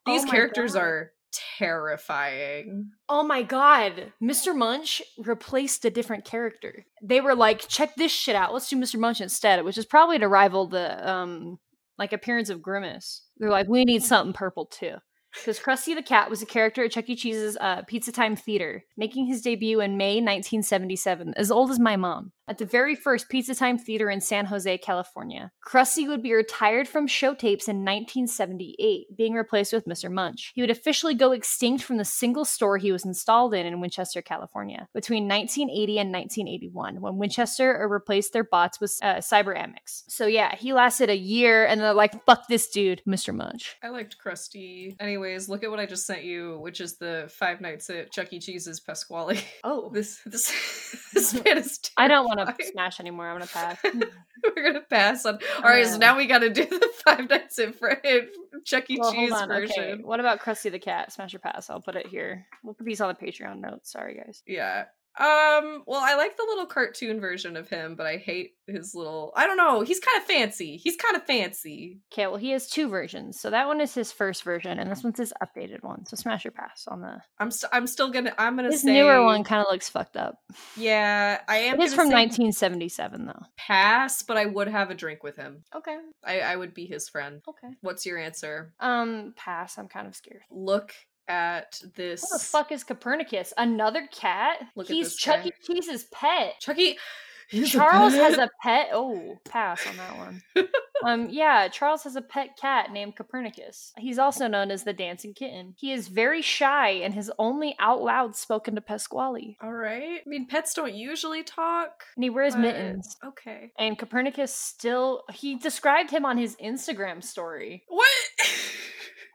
Oh These my characters God. are terrifying. Oh my god, Mr. Munch replaced a different character. They were like, check this shit out. Let's do Mr. Munch instead, which is probably to rival the um like appearance of Grimace. They're like, we need something purple too. Because Krusty the Cat was a character at Chuck E. Cheese's uh, Pizza Time Theater, making his debut in May 1977, as old as my mom. at the very first Pizza Time Theater in San Jose, California. Krusty would be retired from show tapes in 1978, being replaced with Mr. Munch. He would officially go extinct from the single store he was installed in in Winchester, California, between 1980 and 1981, when Winchester replaced their bots with uh, Cyber Amex. So yeah, he lasted a year, and they're like, "Fuck this dude, Mr. Munch." I liked Krusty. Anyways, look at what I just sent you, which is the Five Nights at Chuck E. Cheese's Pasquale. Oh, This this this man is. I don't want to terrifying. smash anymore. I'm gonna pass. We're gonna pass on. All right, so Uh. now we got to do the Five Nights at Fre- at Chuck E. well, hold Cheese on. version. Okay, what about Krusty the Cat? Smash or pass? I'll put it here. We'll put these on the Patreon notes. Sorry, guys. Yeah. Um. Well, I like the little cartoon version of him, but I hate his little. I don't know. He's kind of fancy. He's kind of fancy. Okay, well, he has two versions. So that one is his first version, and this one's his updated one. So smash or pass on the I'm. St- I'm still gonna. I'm gonna his say newer one. Kind of looks fucked up. Yeah, I am. It is gonna from say 1977, though. Pass, but I would have a drink with him. Okay. I. I would be his friend. Okay. What's your answer? Um, pass. I'm kind of scared. Look at this. What the fuck is Copernicus? Another cat? Look at He's this Chuck guy. E. Cheese's pet. Chucky. Charles has a pet. Oh, pass on that one. um, yeah, Charles has a pet cat named Copernicus. He's also known as the dancing kitten. He is very shy and has only out loud spoken to Pasquale. All right. I mean, pets don't usually talk. And he wears but- mittens. Okay. And Copernicus still he described him on his Instagram story. What?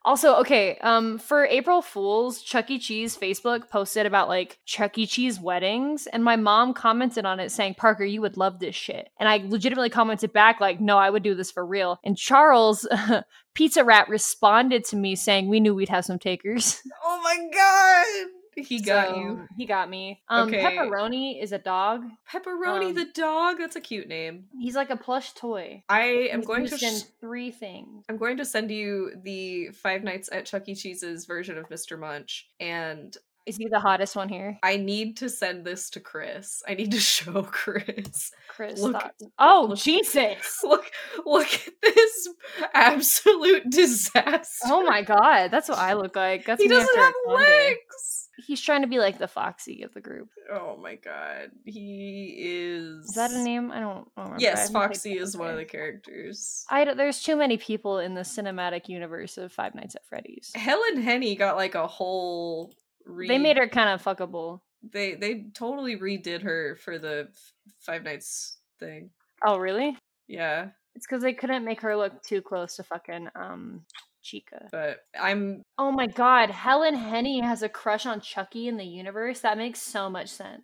Also, okay, um, for April Fools, Chuck E. Cheese Facebook posted about like Chuck E. Cheese weddings, and my mom commented on it saying, Parker, you would love this shit. And I legitimately commented back, like, no, I would do this for real. And Charles, Pizza Rat, responded to me saying, we knew we'd have some takers. oh my god. He got So, you. He got me. Um, Okay. Pepperoni is a dog. Pepperoni Um, the dog. That's a cute name. He's like a plush toy. I am He's going to. used in Sh- three things. I'm going to send you the Five Nights at Chuck E. Cheese's version of Mr. Munch, and Is he the hottest one here? I need to send this to Chris. I need to show Chris. Chris. Look- thought- oh, look- Jesus. Look, look at this absolute disaster. Oh my god, that's what I look like. That's he me doesn't after a have long day. legs. He's trying to be like the Foxy of the group. Oh my god, he is. Is that a name? I don't remember. I Yes, haven't played Foxy is one of the Foxy. characters. I don't- there's too many people in the cinematic universe of Five Nights at Freddy's. Helen Henny got like a whole. Read. They made her kind of fuckable. they they totally redid her for the f- Five Nights thing. Oh, really? Yeah, It's because they couldn't make her look too close to fucking um Chica. but I'm Oh my god, Helen Henny has a crush on Chucky in the universe. That makes so much sense.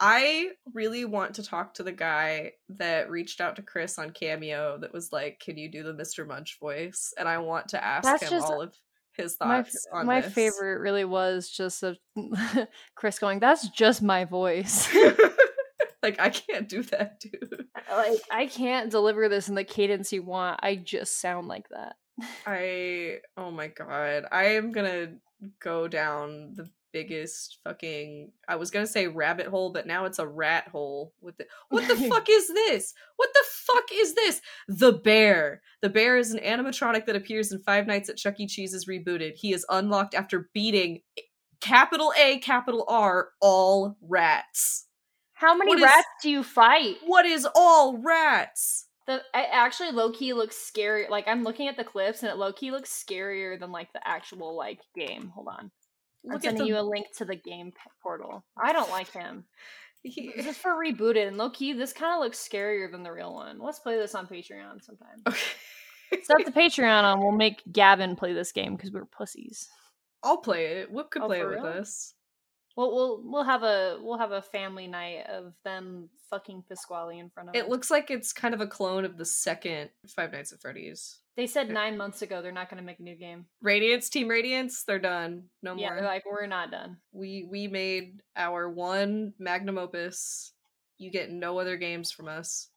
I really want to talk to the guy that reached out to Chris on Cameo that was like, "Can you do the Mr. Munch voice?" And I want to ask That's him just- all of his My f- thoughts on my this. favorite really was just a Chris going, "That's just my voice." like I can't do that, dude. like I can't deliver this in the cadence you want. I just sound like that. I oh my god, I am gonna go down the biggest fucking I was gonna say rabbit hole, but now it's a rat hole with the What the fuck is this? What the fuck is this? The bear. The bear is an animatronic that appears in Five Nights at Chuck E. Cheese's rebooted. He is unlocked after beating capital A, capital R, all rats. How many What is- rats do you fight? What is all rats? The I actually low key looks scary. Like I'm looking at the clips and it low key looks scarier than like the actual like game. Hold on. I'm Look at sending you the a link to the game p- portal. I don't like him. he- This is for rebooted and low key. This kind of looks scarier than the real one. Let's play this on Patreon sometime. Okay. Start the Patreon on. We'll make Gavin play this game because we're pussies. I'll play it. Whoop could Oh, play it for with real? us. Well, we'll we'll have a we'll have a family night of them fucking Pasquale in front of. It us. looks like it's kind of a clone of the second Five Nights at Freddy's. They said nine months ago they're not going to make a new game. Radiance, Team Radiance, they're done. No yeah, more. they're like we're not done. we we made our one magnum opus. You get no other games from us.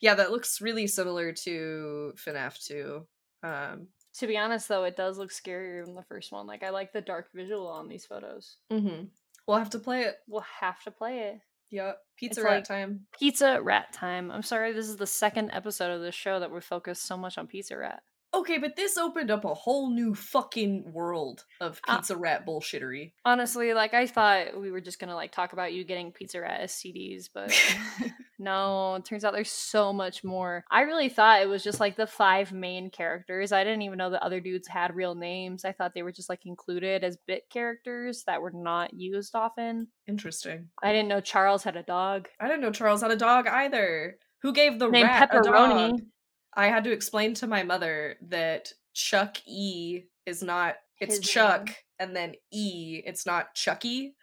Yeah, that looks really similar to FNAF 2. Um, To be honest, though, it does look scarier than the first one. Like I like the dark visual on these photos. mhm. We'll have to play it. We'll have to play it. Yep. Pizza It's Rat like- time. Pizza Rat time. I'm sorry, this is the second episode of this show that we focus so much on Pizza Rat. Okay, but this opened up a whole new fucking world of Uh, pizza rat bullshittery. Honestly, like I thought we were just gonna like talk about you getting pizza rat as CDs, but no, it turns out there's so much more. I really thought it was just like the five main characters. I didn't even know the other dudes had real names. I thought they were just like included as bit characters that were not used often. Interesting. I didn't know Charles had a dog I didn't know Charles had a dog either. Who gave the named rat a dog? Pepperoni. I had to explain to my mother that Chuck E is not it's His Chuck name. and then E, it's not Chucky.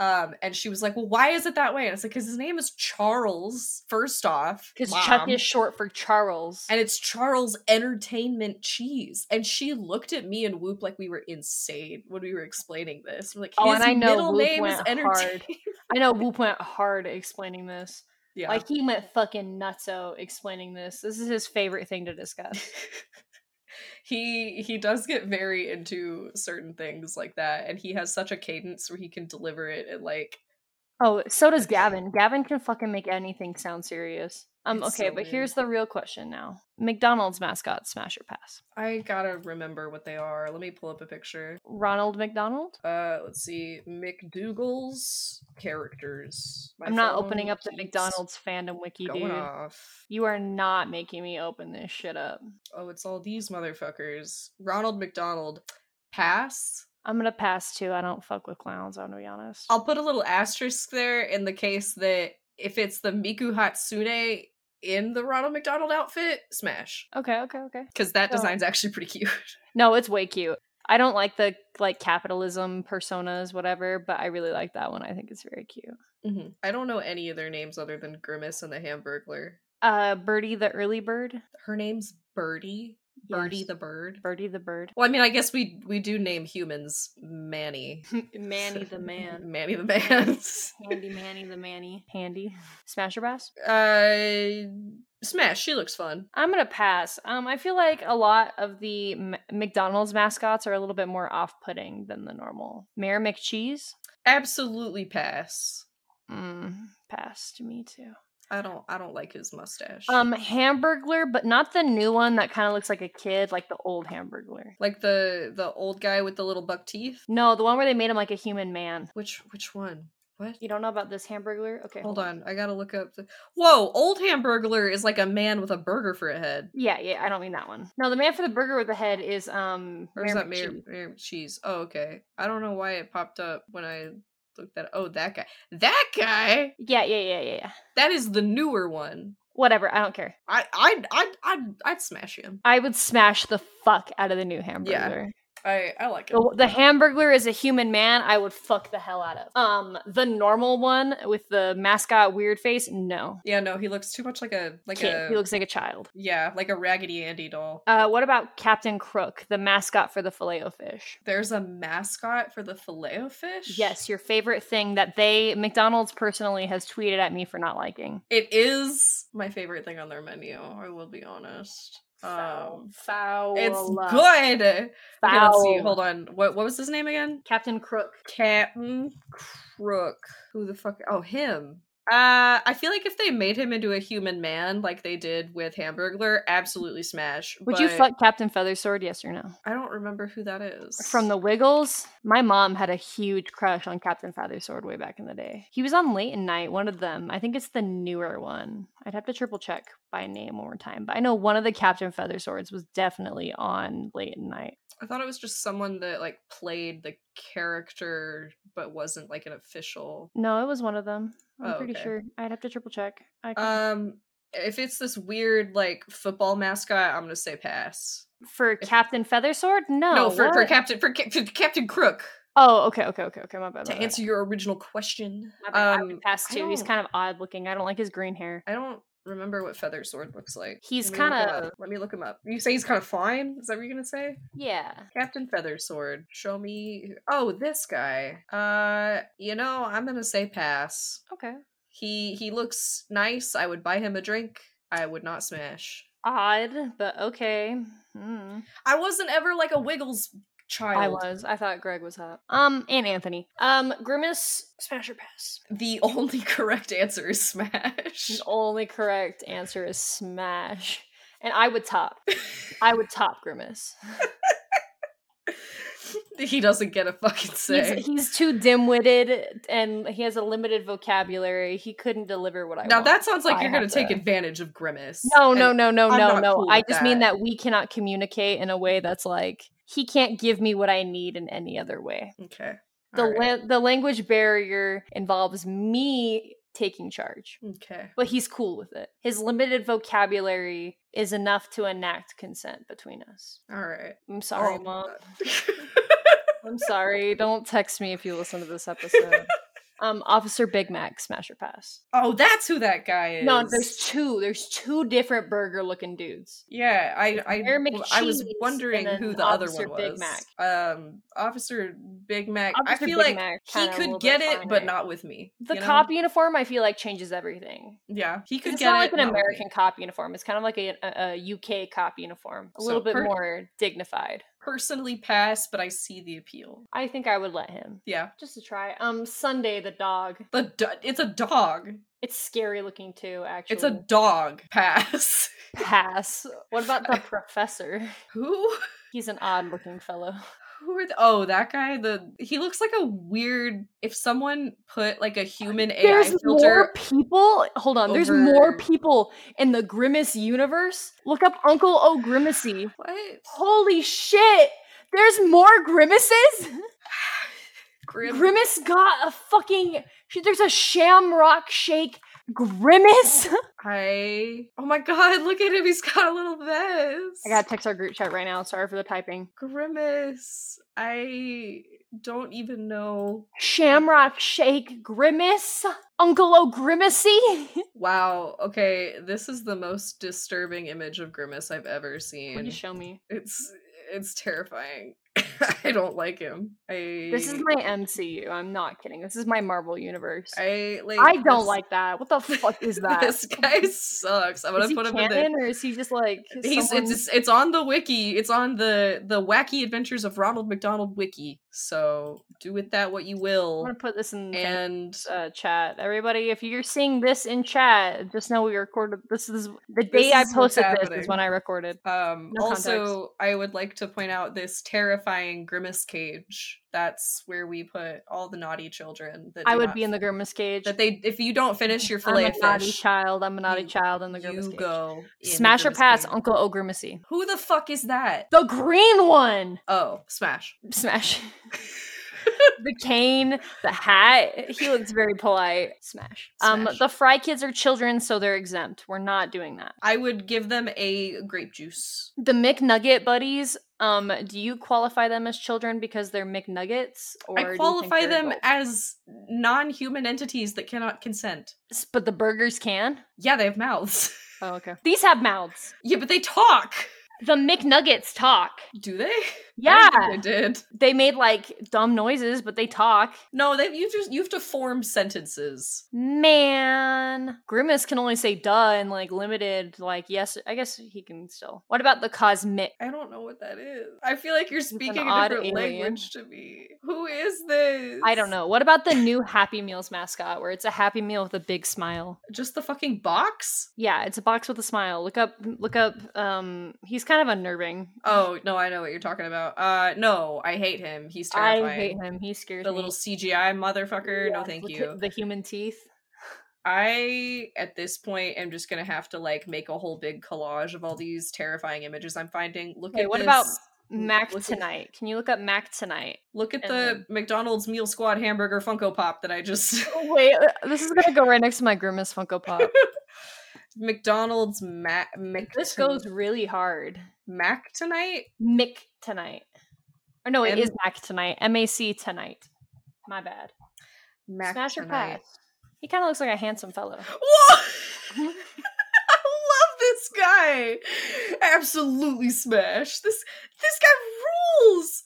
Um, and she was like, "Well, why is it that way?" And I was like, "Cause his name is Charles. First off, Because Chuck Mom." is short for Charles. and it's Charles Entertainment Cheese." And she looked at me and Whoop like we were insane when we were explaining this. We're like, "His Oh, and I know middle Whoop name is went Entertainment." hard. I know Whoop went hard explaining this. yeah, Like he went fucking nutso explaining this. This is his favorite thing to discuss. he he does get very into certain things like that and he has such a cadence where he can deliver it and like Oh, so does Gavin. Gavin can fucking make anything sound serious. Um, It's okay, so but weird. here's the real question now. McDonald's mascot, smash or pass? i gotta remember what they are let me pull up a picture Ronald McDonald? uh let's see mcdougal's characters My I'm not phone opening up the keeps McDonald's fandom wiki, going dude. off You are not making me open this shit up. oh it's all these motherfuckers ronald mcdonald pass I'm gonna pass too. I don't fuck with clowns, I'm gonna be honest. i'll put a little asterisk there in the case that if it's the miku hatsune in the ronald mcdonald outfit smash okay, okay, okay. because that So- design's actually pretty cute No, it's way cute. I don't like the like capitalism personas, whatever, but I really like that one. I think it's very cute. Mm-hmm. Mhm. I don't know any of their names other than Grimace and the Hamburglar. Uh Birdie the early bird. Her name's Birdie. Birdie Yes. the bird. Birdie the bird. Well, I mean, I guess we we do name humans Manny. Manny the man. Manny the man. Handy Manny the Manny. Handy. Smasher Bass. uh, Smash. She looks fun. I'm gonna pass. Um, I feel like a lot of the M- McDonald's mascots are a little bit more off-putting than the normal. Mayor McCheese. Absolutely pass. Mm, pass to me too. I don't. I don't like his mustache. Um, Hamburglar, but not the new one that kind of looks like a kid, like the old Hamburglar. like the the old guy with the little buck teeth. No, the one where they made him like a human man. Which which one? What? You don't know about this Hamburglar? Okay, Hold on. I gotta look up. The- Whoa! Old Hamburglar is like a man with a burger for a head. Yeah, yeah, I don't mean that one. No, the man for the burger with the head is um. Or is Mayor that Mayor, McCheese. Mayor Cheese? Oh, okay. I don't know why it popped up when I looked that. Oh, that guy. That guy. Yeah, yeah, yeah, yeah, yeah. That is the newer one. Whatever, I don't care. I, I, I, I'd, I'd smash him. I would smash the fuck out of the new hamburger. I, I like him. The, the hamburger is a human man. I would fuck the hell out of. Um, the normal one with the mascot weird face. No, Yeah, no, he looks too much like a, like Kid. a, he looks like a child. yeah, like a Raggedy Andy doll. Uh, what about Captain Crook, the mascot for the filet o fish? There's a mascot for the filet o fish. Yes, your favorite thing that they McDonald's personally has tweeted at me for not liking. it is my favorite thing on their menu. I will be honest. Um, foul. it's good. Okay, let's see. uh, Foul. Hold on. What, what was his name again? Captain Crook. Captain Crook. Who the fuck? Oh, him. Uh, I feel like if they made him into a human man, like they did with Hamburglar, absolutely smash. Would you but fuck Captain Feathersword? Yes or no? I don't remember who that is. From the Wiggles, my mom had a huge crush on Captain Feathersword way back in the day. He was on Late at Night, one of them. I think it's the newer one. I'd have to triple check by name one more time, but I know one of the Captain Featherswords was definitely on Late at Night. I thought it was just someone that like played the character but wasn't like an official. No, it was one of them. I'm Oh, pretty okay. sure. I'd have to triple check. I can- Um, if it's this weird like football mascot, I'm gonna say pass. for Captain Feathersword? No. no, for, for Oh, what? Captain for, Cap- for Captain Crook. Oh, okay, okay, okay, okay. My bad. To my bad. answer your original question, Uh, My bad, I um, would pass I too. He's don't- kind of odd looking. I don't like his green hair. I don't remember what feather sword looks like. He's Let me look him kinda- up. Let me look him up. You say he's kind of fine. Is that what you're gonna say? Yeah. Captain Feather Sword. Show me. Oh, this guy. Uh, you know, I'm gonna say pass. Okay. He he looks nice. I would buy him a drink. I would not smash. Odd, but okay. Mm. I wasn't ever like a Wiggles child. I was. I thought Greg was hot. Um, and Anthony. Um, Grimace, smash or pass? The only correct answer is smash. The only correct answer is smash. and I would top. I would top Grimace. he doesn't get a fucking say. He's, he's too dim-witted and he has a limited vocabulary. He couldn't deliver what I now want. that sounds like I you're going have to take to- advantage of Grimace. No, no, And- no, no, I'm no, not no. cool I with just mean that. that we cannot communicate in a way that's like he can't give me what I need in any other way. Okay. The All right. la- the language barrier involves me taking charge, okay. but he's cool with it. His limited vocabulary is enough to enact consent between us. All right. I'm sorry, Oh, mom. God. I'm sorry. Don't text me if you listen to this episode. Um, Officer Big Mac Smasher Pass. oh, that's who that guy is. No, there's two. There's two different burger looking dudes. Yeah, I I, Mayor w- I was McCheese wondering and who then the other Officer one Big was. Mac. Um, Officer Big Mac. Officer I feel Big like Mac he kinda could rolled get that it, fine, but right? not with me. The you know? cop uniform, I feel like, changes everything. Yeah, he could It's get not it. like an not with me. American cop uniform. It's kind of like a, a, a UK cop uniform, a So little bit per- more dignified. Personally, pass, but I see the appeal. I think I would let him Yeah, just to try. Um, Sunday the dog. the do- it's a dog. It's scary looking too. Actually, It's a dog. Pass. pass. What about the professor? who? He's an odd looking fellow. Who are the- oh that guy? The he looks like a weird. If someone put like a human AI there's more filter, people. Hold on. There's more over- people in the Grimace universe. Look up Uncle O'Grimacy. what? Holy shit! There's more grimaces. Grim- Grimace got a fucking. she- There's a Shamrock Shake Grimace. I oh my god, look at him. He's got a little vest. I gotta text our group chat right now. Sorry for the typing. grimace. I don't even know. Shamrock Shake Grimace. Uncle O'Grimacy. Wow. Okay, this is the most disturbing image of grimace I've ever Will seen. you show me? it's it's terrifying. I don't like him. I This is my MCU. I'm not kidding. This is my Marvel universe. I, I like. don't this- like that. What the fuck is that? This guy sucks. I'm is gonna he put him in the canon or is he just like He's someone- it's it's on the wiki. It's on the the wacky adventures of Ronald McDonald wiki. So do with that what you I'm will. gonna put this in the thing. And uh, chat. Everybody, if you're seeing this in chat, just know we recorded this is the day I is what's posted this is happening. when I recorded. um No context. also I would like to point out this terrifying grimace cage. That's where we put all the naughty children that I do would not- be in the grimace cage. that they if you don't finish your I'm fillet a of naughty fish. child. I'm a naughty you- child in the grimace you cage. go in the Smash or Grimace pass, cage. Uncle O'Grimacy. Who the fuck is that? The green one. Oh, smash. Smash. the cane, the hat. He looks very polite. Smash. Um, Smash. the fry kids are children, so they're exempt. We're not doing that. I would give them a grape juice. The McNugget buddies, um, do you qualify them as children because they're McNuggets? Or do you I think qualify they're them adults? as non-human entities that cannot consent. S- but the burgers can. Yeah, they have mouths. Oh, okay. These have mouths. yeah, but they talk. The McNuggets talk. Do they? I Yeah, don't think they did. they made like dumb noises, but they talk. No, they you just you have to form sentences. Man, Grimace can only say "duh" and like limited. Like yes, I guess he can still. What about the Cosmic? I don't know what that is. I feel like you're speaking a odd different alien. language to me. Who is this? I don't know. What about the new Happy Meals mascot, where it's a Happy Meal with a big smile? Just the fucking box? Yeah, it's a box with a smile. Look up, look up. Um, he's kind of unnerving. Oh no, I know what you're talking about. Uh, no, I hate him. He's terrifying. I hate him. He scares The me. little CGI motherfucker. no, Yes, thank the you. hu- The human teeth. I at this point am just gonna have to like make a whole big collage of all these terrifying images I'm finding. Look Okay, at what this- about Mac look at- tonight. Can you look up Mac tonight? Look at and the McDonald's Meal Squad hamburger Funko Pop that I just Wait, uh, this is gonna go right next to my Grimace Funko Pop. McDonald's Mac Mc this goes really hard. Mac tonight. Mick tonight. Or no, it M- is Mac tonight. M A C tonight. My bad. Mac Smash or tonight. pass. He kind of looks like a handsome fellow. Whoa! Mm-hmm. I love this guy. Absolutely smash this. This guy rules.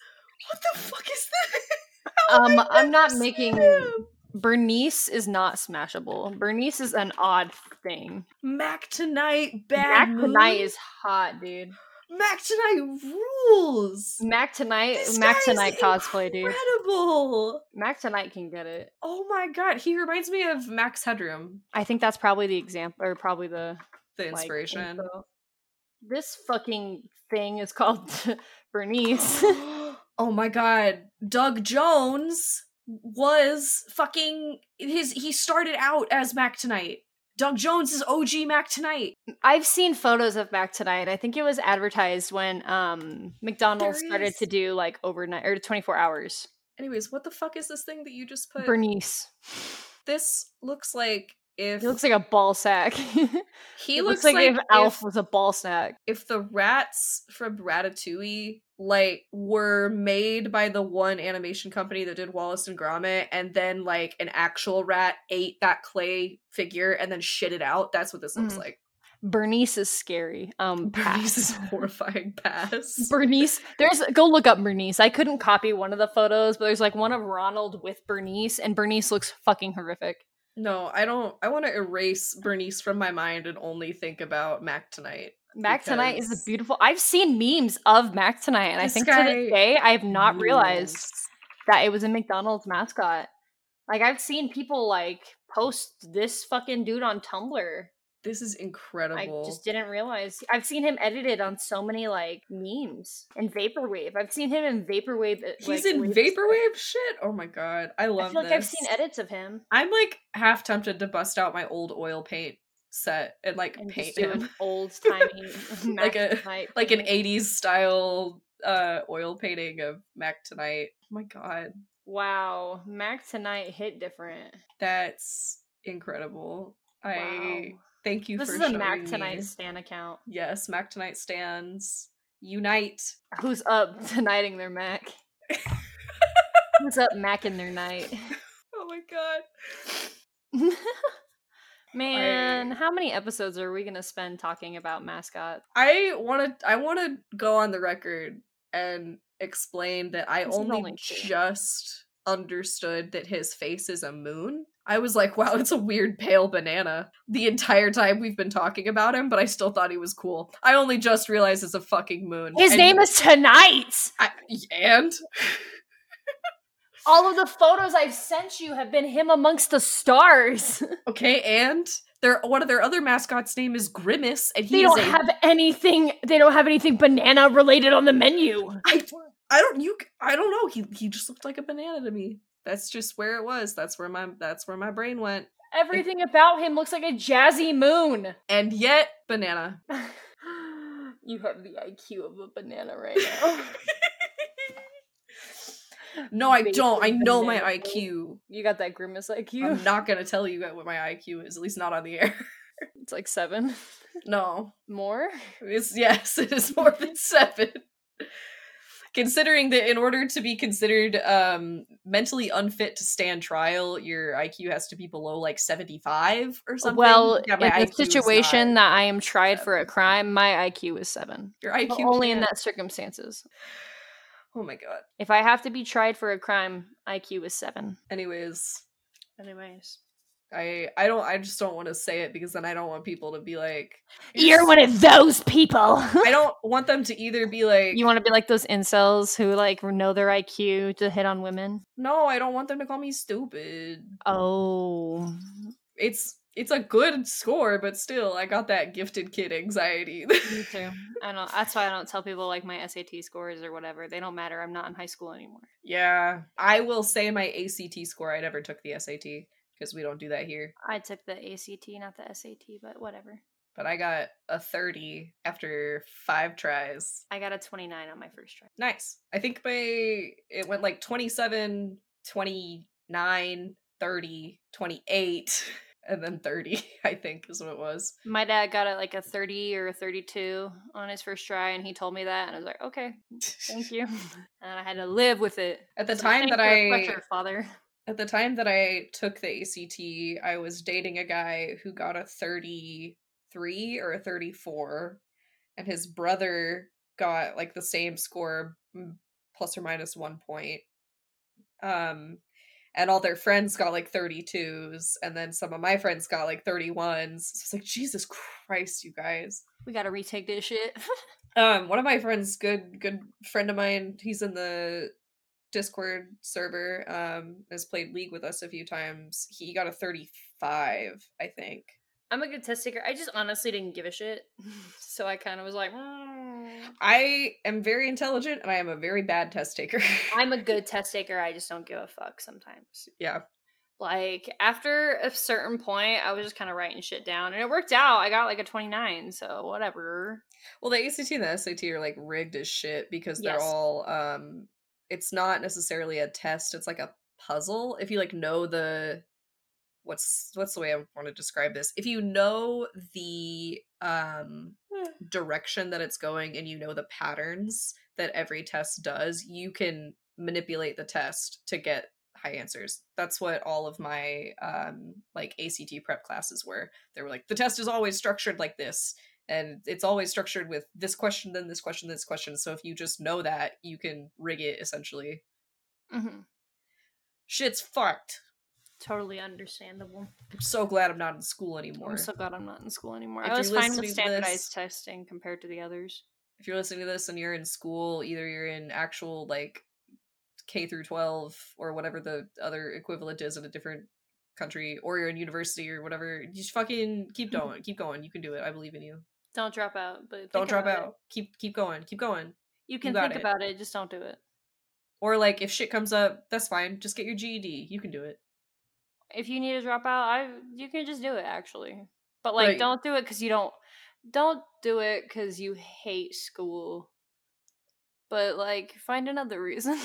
What the fuck is this? How have Um, I I'm not never seen making- him? Bernice is not smashable. Bernice is an odd thing. Mac tonight, bad Mac tonight mood. is hot, dude. Mac tonight rules. Mac tonight, This Mac guy is tonight cosplay, dude. Incredible. Mac tonight can get it. Oh my god, he reminds me of Max Headroom, I think that's probably the example, or probably the the like, inspiration. info. This fucking thing is called Bernice. oh my god, Doug Jones was fucking his. He started out as Mac Tonight. Doug Jones is OG Mac Tonight. I've seen photos of Mac tonight. I think it was advertised when um, McDonald's There started is- to do like overnight or 24 hours. Anyways, what the fuck is this thing that you just put? Bernice. this looks like if He looks like a ball sack. he he looks, like, if Alf was a ball sack. if the rats from Ratatouille like were made by the one animation company that did Wallace and Gromit and then like an actual rat ate that clay figure and then shit it out. That's what this looks Mhm. like. Bernice is scary. Um, Bernice is pass. a horrifying pass. Bernice. There's go look up Bernice. I couldn't copy one of the photos, but there's like one of Ronald with Bernice, and Bernice looks fucking horrific. no, I don't I want to erase Bernice from my mind and only think about Mac tonight. Mac tonight is Because- a beautiful. I've seen memes of Mac tonight, and I This think to guy this day I have not realized Rules. that it was a McDonald's mascot. Like I've seen people like post this fucking dude on Tumblr. This is I incredible. just didn't realize. I've seen him edited on so many like memes and vaporwave. I've seen him in vaporwave. uh, He's like, in waves. vaporwave shit. Oh my god, I I love. feel like this. I've seen edits of him. I'm like half tempted to bust out my old oil paint set and like and paint just do him an old timey Like a- like an 80s style uh oil painting of Mac tonight. Oh my god, Wow, Mac tonight hit different. that's incredible. I wow. thank you this for is a showing Mac me. tonight Stan account. Yes, Mac tonight stands unite. Who's up tonighting their Mac? Who's up Mac in their night? Oh my god. Man, how many episodes are we gonna spend talking about mascots? I want to I want to go on the record and explain that I This is only, only two. just understood that his face is a moon. I was like, wow, it's a weird pale banana the entire time we've been talking about him, but I still thought he was cool. I only just realized it's a fucking moon. His And- name is Tonight. I, and All of the photos I've sent you have been him amongst the stars. okay, and their one of their other mascots' name is Grimace, and They he is don't a have anything. They don't have anything banana related on the menu. I I don't you c- I don't know. He he just looked like a banana to me. That's just where it was. That's where my that's where my brain went. Everything about him looks like a jazzy moon. And yet banana. you have the IQ of a banana right now. No, I don't. I Basically know my banana. IQ. you got that grimace IQ. I'm not gonna tell you what my IQ is, at least not on the air. it's like seven No. more. It's yes, it is more than seven. Considering that in order to be considered um mentally unfit to stand trial, your IQ has to be below like 75 or something. Well, Yeah, in my the IQ is situation not- that I am tried for a crime, my IQ is seven. your IQ But only in can't- that circumstances. Oh my god. If I have to be tried for a crime, IQ is seven. Anyways, Anyways, I I don't I just don't want to say it because then I don't want people to be like you're s- one of those people. I don't want them to either be like you want to be like those incels who like know their IQ to hit on women. No, I don't want them to call me stupid. Oh, It's it's a good score, but still I got that gifted kid anxiety. Me too. I don't. That's why I don't tell people like my SAT scores or whatever. They don't matter. I'm not in high school anymore. yeah. I will say my ACT score. I never took the SAT because we don't do that here. I took the ACT, not the SAT, but whatever. But I got a 30 after 5 tries. I got a 29 on my first try. Nice. I think my it went like 27, 29, 30, 28, and then 30, I think is what it was. My dad got a, like a 30 or a 32 on his first try, and he told me that, and I was like, okay, thank you. and I had to live with it. At the So time thanks that for the I pressure, father. at the time that I took the ACT, I was dating a guy who got a 33 or a 34 and his brother got like the same score m- plus or minus 1 point. Um and all their friends got like 32s and then some of my friends got like 31s. So it's like Jesus Christ, you guys. We gotta retake this shit. Um, one of my friends, good good friend of mine, he's in the Discord server, um, has played League with us a few times. He got a 35, I think. I'm a good test taker. I just honestly didn't give a shit, so I kind of was like, "Mm." I am very intelligent and I am a very bad test taker. I'm a good test taker. I just don't give a fuck sometimes. yeah. Like after a certain point, I was just kind of writing shit down, and it worked out. I got like a 29, so whatever. Well, the ACT and the SAT are like rigged as shit because they're Yes. all um it's not necessarily a test, it's like a puzzle. If you like know the what's what's the way I want to describe this? If you know the um direction that it's going and you know the patterns that every test does, you can manipulate the test to get high answers. That's what all of my um like ACT prep classes were. They were like the test is always structured like this and it's always structured with this question then this question this question. So if you just know that, you can rig it essentially. Mhm. Shit's fucked. Totally understandable. I'm so glad I'm not in school anymore. I'm so glad I'm not in school anymore. If I you're was fine listening with to standardized this- testing compared to the others. if you're listening to this and you're in school, either you're in actual like K through 12 or whatever the other equivalent is in a different country, or you're in university or whatever, just fucking keep going, keep going. You can do it. I believe in you. Don't drop out, Don't but think drop about it. out. Keep keep going, keep going. You can got think it. about it, just don't do it. Or like if shit comes up, that's fine. Just get your GED. You can do it. If you need to drop out, I you can just do it actually. But like, Right. don't do it because you don't. Don't do it because you hate school. But like, find another reason.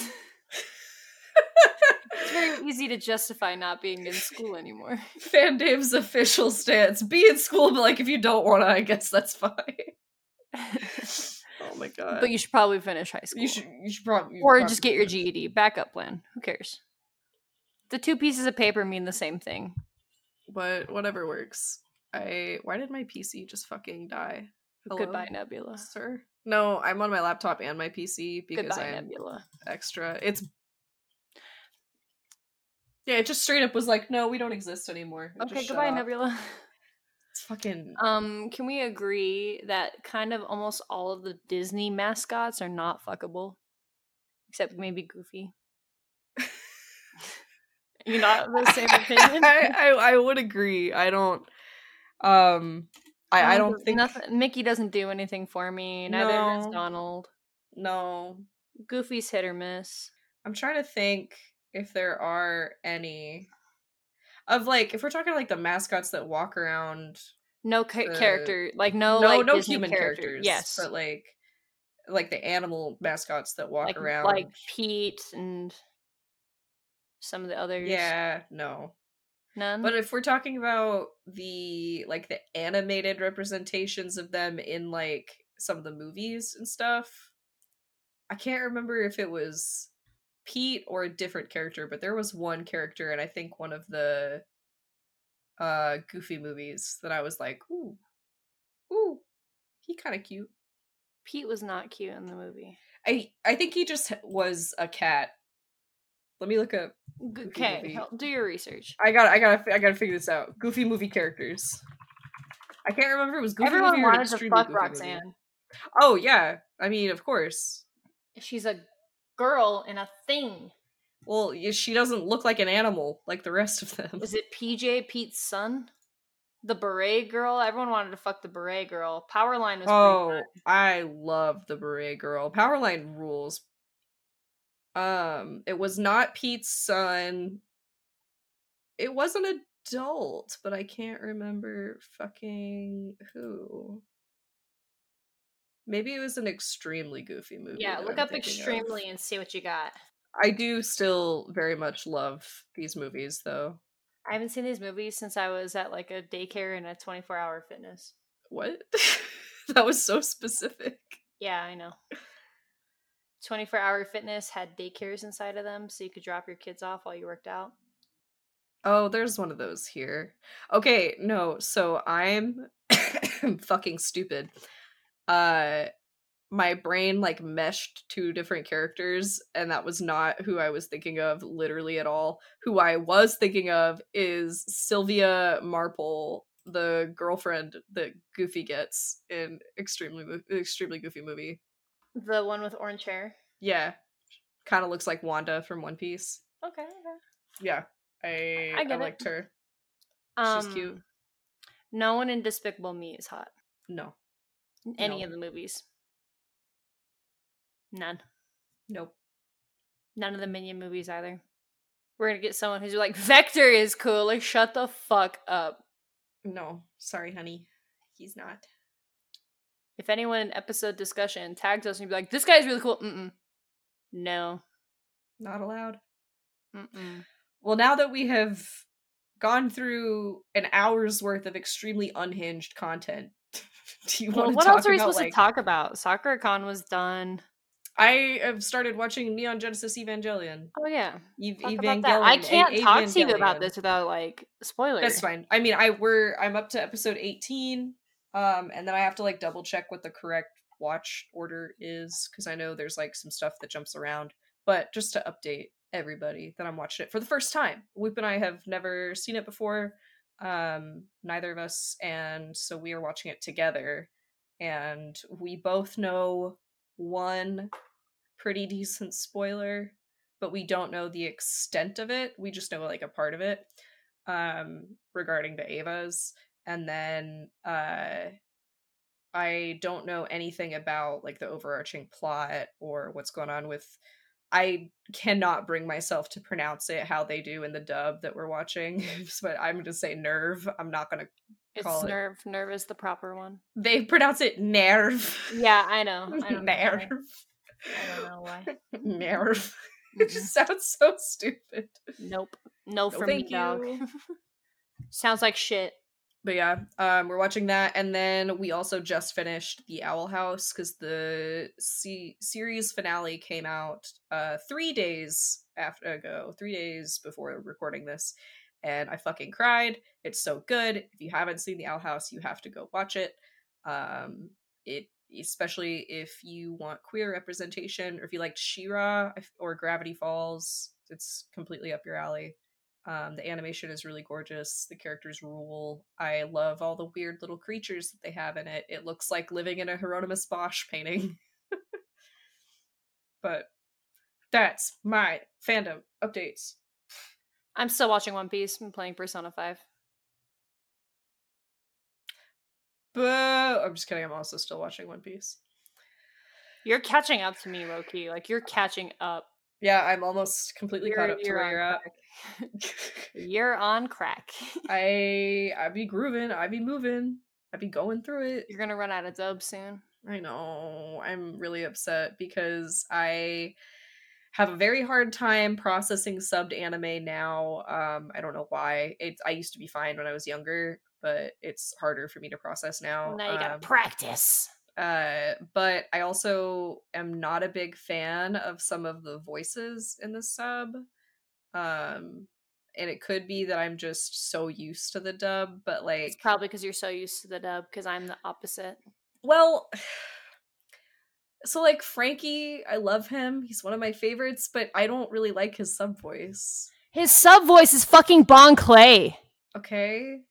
it's very easy to justify not being in school anymore. Fan Dave's official stance. Be in school, but like if you don't wanna, I guess that's fine. oh my god. but you should probably finish high school. you should you should probably or just get your GED backup plan. Who cares? The two pieces of paper mean the same thing. but whatever works. I why did my PC just fucking die? Hello? Oh, Goodbye, Nebula. sir. No, I'm on my laptop and my PC because Goodbye, I'm Nebula. extra. It's yeah, it just straight up was like, no, we don't exist anymore. It just Okay, shut goodbye, off. Nebula. It's fucking Um, can we agree that kind of almost all of the Disney mascots are not fuckable? Except maybe Goofy. You're not of the same opinion? I, I I would agree. I don't. Um, I I Um, don't think nothing, Mickey doesn't do anything for me. Neither does No. Donald. no. Goofy's hit or miss. I'm trying to think if there are any of like if we're talking like the mascots that walk around No ca- Uh, character, like no, no, Oh, like no Disney human character. characters. Yes, but like, like the animal mascots that walk like around. like Pete and some of the others. yeah, no. none. But if we're talking about the like the animated representations of them in like some of the movies and stuff, I can't remember if it was Pete or a different character, but there was one character, and I think one of the uh Goofy movies that I was like, ooh, ooh, he kind of cute. Pete was not cute in the movie. I I think he just was a cat. Let me look up. Goofy movie. Okay, help- do your research. I got I got to I got to figure this out. Goofy movie characters. I can't remember if it was Goofy Everyone movie or an wanted to Extremely fuck Goofy movie. Roxanne. Oh yeah, I mean of course. She's a girl in a thing. Well, y- she doesn't look like an animal like the rest of them. Is it PJ Pete's son? The beret girl. Everyone wanted to fuck the beret girl. Powerline was. pretty Oh, hot. I love the beret girl. Powerline rules. Um, it was not Pete's son. It was an adult, but I can't remember fucking who. Maybe it was an extremely goofy movie. yeah. that Look I'm up thinking of. extremely and see what you got. I do still very much love these movies, though. I haven't seen these movies since I was at like a daycare and a twenty-four hour fitness. What? that was so specific. Yeah, I know. 24 hour fitness had daycares inside of them so you could drop your kids off while you worked out. Oh, there's one of those here. Okay, no, so I'm fucking stupid. Uh my brain like meshed two different characters and that was not who I was thinking of literally at all. Who I was thinking of is Sylvia Marple, the girlfriend that Goofy gets in extremely Mo- extremely goofy movie. The one with orange hair. Yeah. Kind of looks like Wanda from One Piece. Okay. okay. Yeah. I I I, get it. liked her. Um, She's cute. No one in Despicable Me is hot. No. In any No. of the movies. None. Nope. None of the Minion movies either. We're gonna get someone who's like, Vector is cool. Like, shut the fuck up. No. Sorry, honey. He's not. If anyone in episode discussion tags us and be like, this guy's really cool. Mm-mm. No. Not allowed. Mm-mm. Well, now that we have gone through an hour's worth of extremely unhinged content, do you want Well, to what talk else are we about, supposed like- to talk about? Soccer Con was done. I have started watching Neon Genesis Evangelion. Oh yeah. Ev- Talk Evangelion. about that. I can't A- talk to you Evangelion. about this without like spoilers. That's fine. I mean, I we're I'm up to episode 18, um, and then I have to like double check what the correct watch order is because I know there's like some stuff that jumps around. But just to update everybody that I'm watching it for the first time. Whoop and I have never seen it before. Um, neither of us, and so we are watching it together, and we both know one pretty decent spoiler, but we don't know the extent of it. We just know like a part of it um regarding the Avas and then uh I don't know anything about like the overarching plot or what's going on with I cannot bring myself to pronounce it how they do in the dub that we're watching but I'm going to say nerve I'm not going to It's Call it. nerve. Nerve is the proper one. they pronounce it nerve Yeah, I know. I don't know why. nerve I don't know Mm-hmm. why. nerve it just sounds so stupid Nope. No, No, for thank me, dog. you. Sounds like shit. But yeah, um, we're watching that, and then we also just finished the Owl House because the se- series finale came out uh, three days after ago, three days before recording this, and I fucking cried. It's so good. If you haven't seen the Owl House, you have to go watch it. Um, it especially if you want queer representation, or if you liked Shira or Gravity Falls, it's completely up your alley. Um, the animation is really gorgeous. The characters rule. I love all the weird little creatures that they have in it. It looks like living in a Hieronymus Bosch painting. but that's my fandom updates. I'm still watching One Piece. I'm playing Persona 5. Boo! I'm just kidding. I'm also still watching One Piece. You're catching up to me, Loki. Like, you're catching up. Yeah, I'm almost completely caught You're- up to you're where on you're at. You're on crack. I I be grooving. I be moving. I be going through it. You're going to run out of dub soon. I know. I'm really upset because I have a very hard time processing subbed anime now. Um, I don't know why. It's I used to be fine when I was younger, but it's harder for me to process now. now you got Um, to practice. uh, but I also am not a big fan of some of the voices in the sub. Um, and it could be that I'm just so used to the dub, but like It's probably because you're so used to the dub, because I'm the opposite. well so like frankie i love him he's one of my favorites but i don't really like his sub voice His sub voice is fucking Bon Clay. okay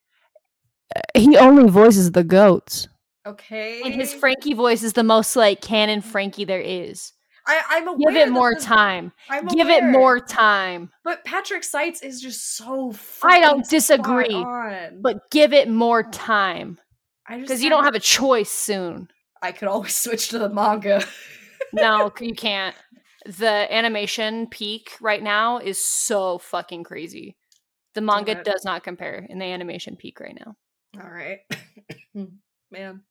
He only voices the goats. okay And his Frankie voice is the most like canon Frankie there is. I, i'm aware Give it that more the- time. I'm Give it aware, more time. but patrick seitz is just so I don't fucking disagree, spot on. but give it more time I just because you don't haven't- have a choice soon. i could always switch to the manga No, c- you can't. The animation peak right now is so fucking crazy. The manga it. does not compare in the animation peak right now. All right. Hmm, Man.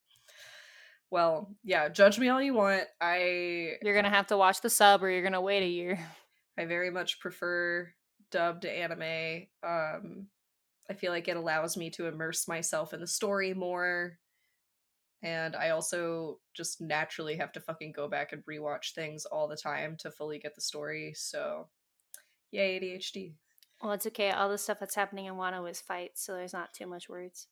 Well, yeah, judge me all you want. I You're gonna have to watch the sub, or you're gonna wait a year. I very much prefer dubbed anime. Um I feel like it allows me to immerse myself in the story more. And I also just naturally have to fucking go back and rewatch things all the time to fully get the story. So, yay ADHD. Well, it's okay. All the stuff that's happening in Wano is fights, so there's not too much words.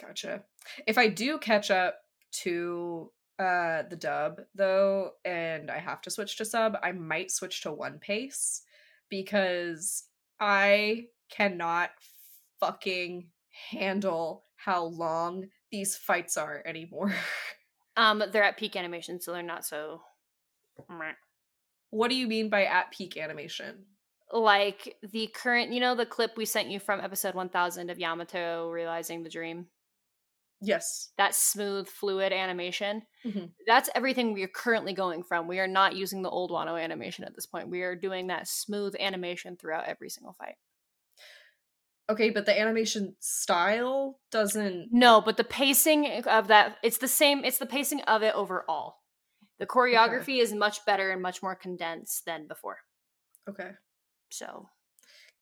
Gotcha. If I do catch up to uh the dub though and I have to switch to sub, I might switch to One Piece because I cannot fucking handle how long these fights are anymore. Um, they're at peak animation, so they're not so. Meh. what do you mean by at peak animation? Like the current, you know, the clip we sent you from episode 1000 of Yamato realizing the dream. Yes. that smooth, fluid animation. Mhm. That's everything we are currently going from. We are not using the old Wano animation at this point. We are doing that smooth animation throughout every single fight. Okay, but the animation style doesn't. No, but the pacing of that, it's the same, it's the pacing of it overall. The choreography is much better and much more condensed than before. Okay. So,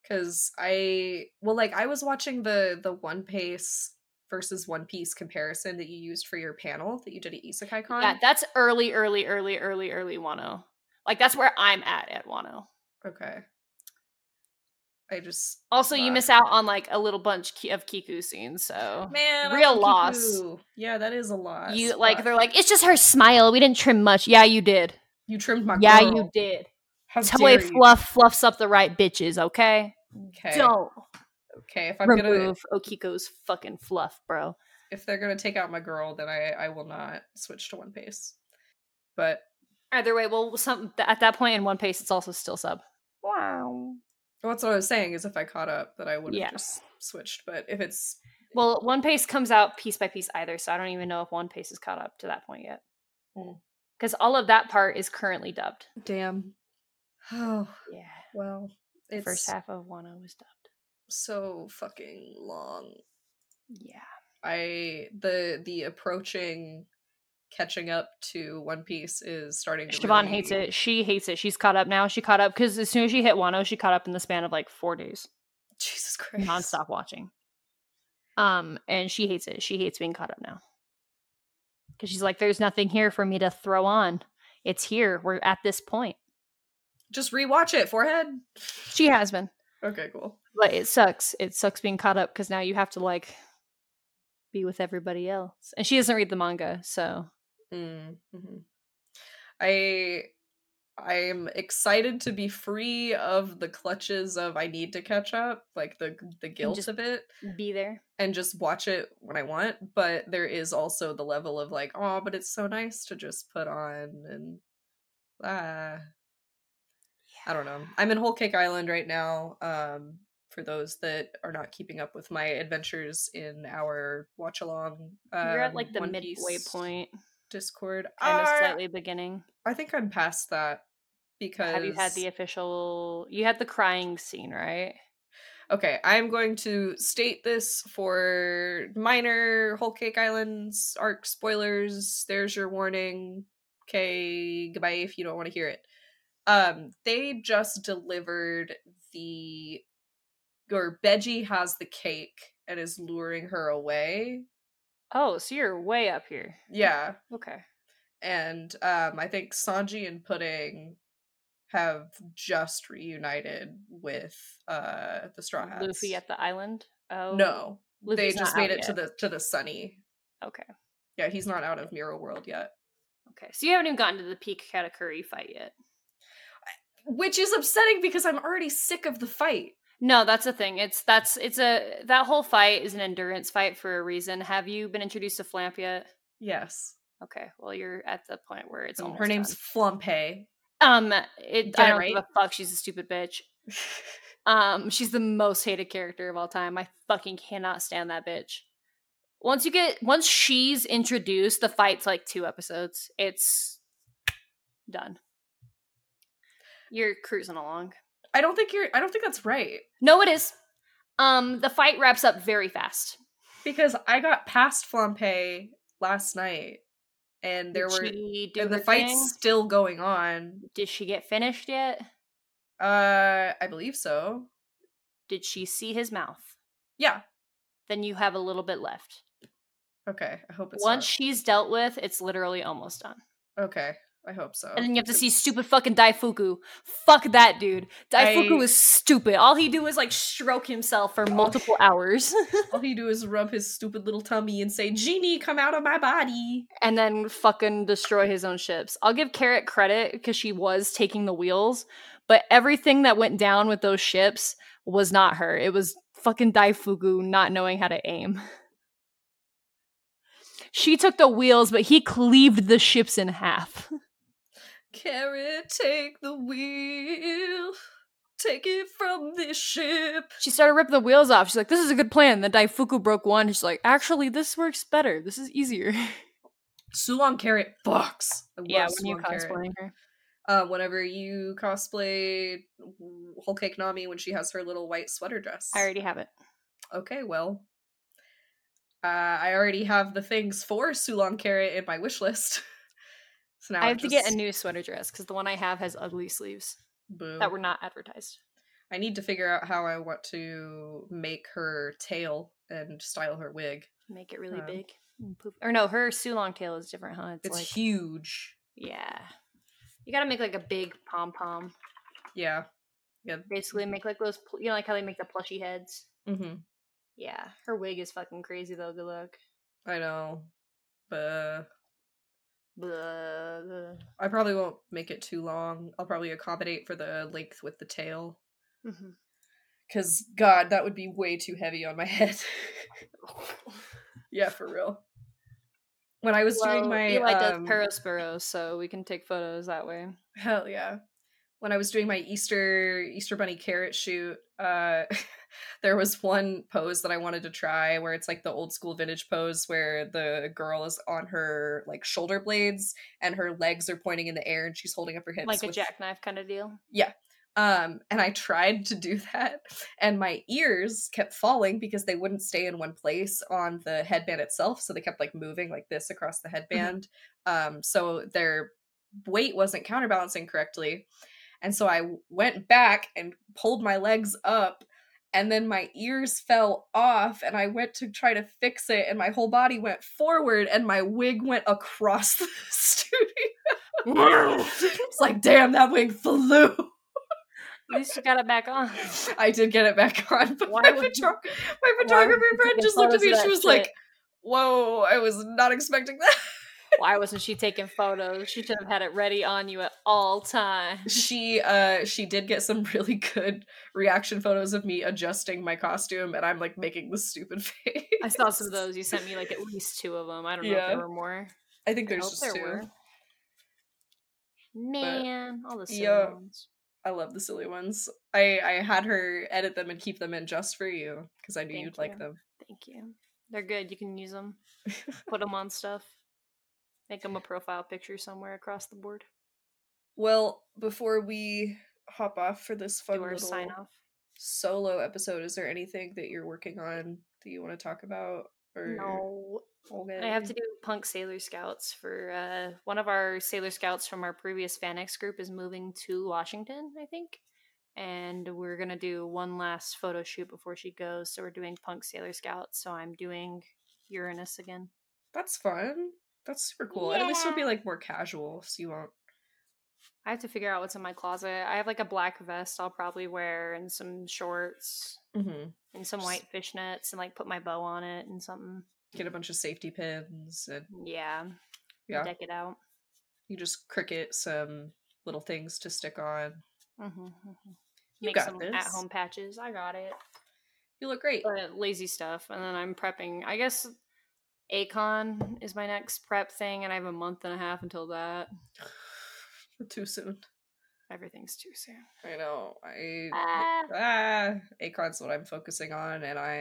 because I well, like I was watching the the One Piece versus One Piece comparison that you used for your panel that you did at Isekai Con. yeah, that's early, early, early, early, early Wano. Like, that's where I'm at at Wano. okay. I just Also, you Fuck. miss out on like a little bunch ki- of Kiku scenes. So, man I real want loss. Kiku. Yeah, that is a loss. you like Fuck. they're like it's just her smile we didn't trim much yeah you did you trimmed my yeah girl. you did How toy dare you. fluff fluffs up the right bitches okay, Okay. don't Okay. If I'm gonna remove okiko's fucking fluff bro if they're gonna take out my girl, then I I will not switch to One Piece. But either way well some th- at that point in one piece it's also still sub wow well, that's what I was saying is if I caught up, that I would have Yeah. just switched. But if it's well one piece comes out piece by piece either so i don't even know if one piece is caught up to that point yet Mm. Hmm. because all of that part is currently dubbed damn, oh yeah well, the it's first half of wano was dubbed so fucking long. yeah I the the approaching catching up to One Piece is starting. to Siobhan really- hates it. She hates it. She's caught up now. She caught up because as soon as she hit Wano, she caught up in the span of like four days, Jesus Christ! nonstop watching. Um, and she hates it. She hates being caught up now because she's like, "There's nothing here for me to throw on. It's here. We're at this point." Just rewatch it, forehead. She has been, Okay, cool. but it sucks. It sucks being caught up because now you have to like be with everybody else, and she doesn't read the manga, so Mm, mhm. I I'm excited to be free of the clutches of I need to catch up, like the the guilt just- of it, be there. and just watch it when I want. But there is also the level of like, oh, but it's so nice to just put on and ah. I don't know. I'm in Whole Cake Island right now. Um, for those that are not keeping up with my adventures in our watch along, um, You're at like the One midway Piece point, Discord. kind of I- slightly beginning. I think I'm past that because Have you had the official? You had the crying scene, right? Okay, I'm going to state this for minor Whole Cake Islands arc spoilers. There's your warning. Okay, goodbye if you don't want to hear it. Um, they just delivered the or Veggie has the cake and is luring her away. Oh, so you're way up here. Yeah. Okay. And um I think Sanji and Pudding have just reunited with uh the Straw Hats. Luffy at the island. Oh No, Luffy's they not just made out it to yet. the to the sunny. Okay. Yeah, he's not out of Mirror World yet, Okay. So you haven't even gotten to the peak Katakuri fight yet. which is upsetting because I'm already sick of the fight. No, that's the thing. It's that's it's a that whole fight is an endurance fight for a reason. Have you been introduced to Flamp yet? Yes, Okay. Well, you're at the point where it's Um, almost her name's done. Flumpay. Um, it, Did I I don't give right? a fuck. She's a stupid bitch. Um, she's the most hated character of all time. I fucking cannot stand that bitch. Once you get once she's introduced, the fight's like two episodes. It's done. You're cruising along. I don't think you're. I don't think that's right No, it is. Um, the fight wraps up very fast. because I got past Flumpay last night, and there Did were she do and the her fight's thing? still going on. Did she get finished yet? Uh, I believe so. Did she see his mouth? Yeah. Then you have a little bit left. Okay. I hope it's Once she's dealt with, it's literally almost done. not- okay. I hope so. And then you have to see stupid fucking Daifuku. Fuck that dude. Daifuku I- is stupid. All he do is like stroke himself for multiple hours. All he do is rub his stupid little tummy and say, "Genie, come out of my body." and then fucking destroy his own ships. I'll give Carrot credit because she was taking the wheels, but everything that went down with those ships was not her. It was fucking Daifuku not knowing how to aim. She took the wheels, but he cleaved the ships in half. Carrot, take the wheel. Take it from this ship. She started ripping the wheels off. She's like, this is a good plan. The Daifuku broke one. She's like, actually, this works better. This is easier. Suwan Carrot fucks. I yeah, love when you Suwan Carrot. cosplaying her. Uh, whenever you cosplay Whole Cake Nami when she has her little white sweater dress. I already have it. okay, well, uh, I already have the things for Sulan Carrot in my wish list. so now I I'm have to get a just- new sweater dress because the one I have has ugly sleeves Boo. that were not advertised. I need to figure out how I want to make her tail and style her wig. Make it really Um, big. and poof- Or no, her Sulong tail is different, huh? It's, It's like, huge. yeah. You gotta make like a big pom pom. Yeah. Yeah. Basically, make like those, pl- you know, like how they make the plushy heads. Mm-hmm. Yeah. Her wig is fucking crazy though. Good look. I know. But Blah, blah. I probably won't make it too long. I'll probably accommodate for the length with the tail. Mhm. Cause God, that would be way too heavy on my head. yeah, for real. When I was doing Well, my Eli um, does Perospero, so we can take photos that way. Hell yeah. When I was doing my Easter Easter bunny carrot shoot, uh there was one pose that I wanted to try where it's like the old school vintage pose where the girl is on her like shoulder blades and her legs are pointing in the air and she's holding up her hips Like a with- jackknife kind of deal. Um and I tried to do that and my ears kept falling because they wouldn't stay in one place on the headband itself so they kept like moving like this across the headband. um so their weight wasn't counterbalancing correctly. And so I w- went back and pulled my legs up, and then my ears fell off, and I went to try to fix it, and my whole body went forward, and my wig went across the studio. it's like, damn, that wig flew. At least you got it back on. I did get it back on, but Why my, would you- photog- my would photographer you friend take just looked at photos me of and she that was like, shit? whoa, I was not expecting that. Why wasn't she taking photos? She should have had it ready on you at all times. she uh she did get some really good reaction photos of me adjusting my costume and i'm like making this stupid face I saw some of those. You sent me like at least two of them. I don't know if Yeah. there were more. i think I there's hope just two Man, all the silly yeah. ones. i love the silly ones i i had her edit them and keep them in just for you because i knew Thank you'd like you. them Thank you. They're good. You can use them. Put them on stuff. Make them a profile picture somewhere across the board. well before we hop off for this fun Do our little sign off. solo episode is there anything that you're working on that you want to talk about or No, okay. I have to do punk sailor scouts for uh, one of our sailor scouts from our previous Fanex group is moving to Washington, I think, and we're gonna do one last photo shoot before she goes. So we're doing punk sailor scouts. So I'm doing Uranus again. that's fun that's super cool and at least it'll be Yeah. like more casual so you won't I have to figure out what's in my closet. I have like a black vest I'll probably wear and some shorts mm-hmm. and some Just- white fishnets and like put my bow on it and something. get a bunch of safety pins and Yeah, yeah deck it out. you just cricket some little things to stick on Mm-hmm. You Make got some this. at-home patches. I got it. you look great but uh, lazy stuff. And then I'm prepping. I guess Akon is my next prep thing, and I have a month and a half until that. too soon Everything's too soon. i know i Ah. ah acon's what i'm focusing on and i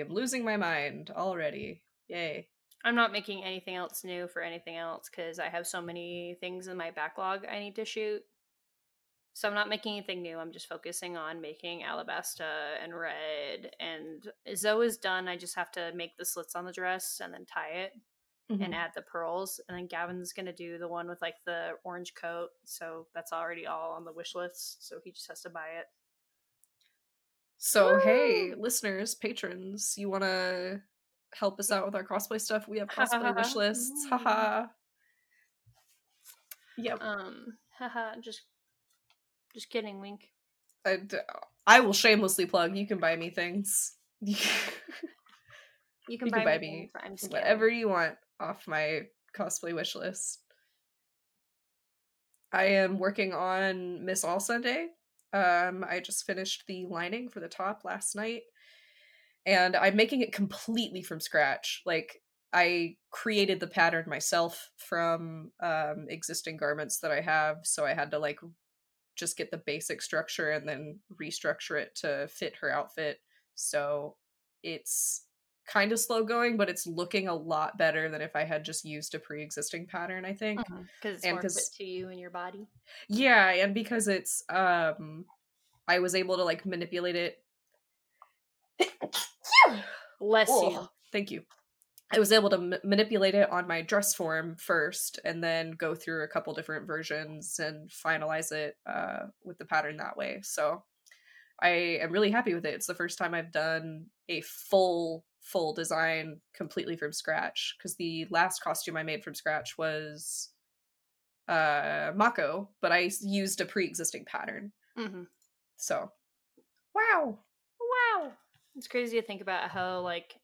am losing my mind already yay I'm not making anything else new for anything else because I have so many things in my backlog I need to shoot. So I'm not making anything new. I'm just focusing on making Alabasta and Red. And Zoe is done. I just have to make the slits on the dress and then tie it. and Mhm. add the pearls. And then Gavin's gonna do the one with like the orange coat. So that's already all on the wish list. So he just has to buy it. so hey Woo! listeners patrons you want to help us out with our cosplay stuff we have cosplay wish lists haha yep Um, haha, just, just kidding, Wink. I, d- I will shamelessly plug you can buy me things You can, You buy, me, things, but I'm scared. whatever you want off my cosplay wish list. I am working on Miss All Sunday. Um, I just finished the lining for the top last night, and I'm making it completely from scratch. Like I created the pattern myself from um, existing garments that I have, so I had to like just get the basic structure and then restructure it to fit her outfit. So it's kind of slow going, but it's looking a lot better than if I had just used a pre existing pattern, I think. because Mm-hmm, it's And more 'cause- fit to you and your body. Yeah, and because it's um I was able to like manipulate it Bless you. Ugh, Thank you. I was able to m- manipulate it on my dress form first and then go through a couple different versions and finalize it uh, with the pattern that way. So I am really happy with it. It's the first time I've done a full, full design completely from scratch because the last costume I made from scratch was uh, Mako, but I s- used a pre existing pattern. Mhm. So, wow. Wow. It's crazy to think about how like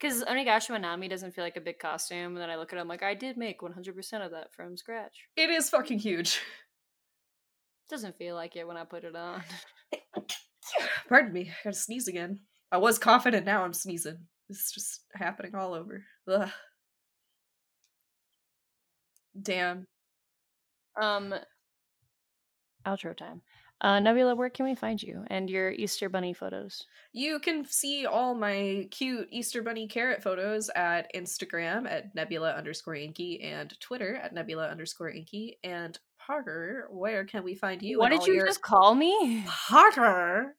because Onigashima Nami doesn't feel like a big costume, and then I look at it, I'm like, I did make 100% of that from scratch. It is fucking huge. Doesn't feel like it when I put it on. Pardon me, I gotta sneeze again. I was coughing and now I'm sneezing. It's just happening all over. Ugh. Damn. Um, outro time. Uh, Nebula, where can we find you and your Easter Bunny photos? You can see all my cute Easter Bunny carrot photos at Instagram at Nebula underscore Inky and Twitter at Nebula underscore Inky. And Parker, where can we find you? what and did all you your- just call me? Parker?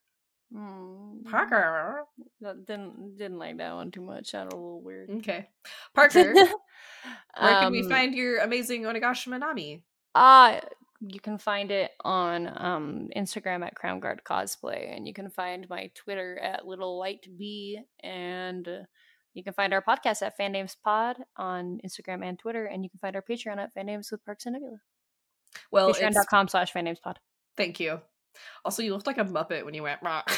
Mm, Parker. That didn't didn't like that one too much. Sounded a little weird. Okay. Mm, Parker, where can we Um, find your amazing Onigashima Nami? Uh, you can find it on um, Instagram at Crown Guard Cosplay, and you can find my Twitter at Little Light B, and uh, you can find our podcast at Fan Names Pod on Instagram and Twitter, and you can find our Patreon at Fan Names with Parks and Nebula. Well, Oh, it's Patreon.com slash Fan Names Pod. Thank you. Also, you looked like a Muppet when you went rock.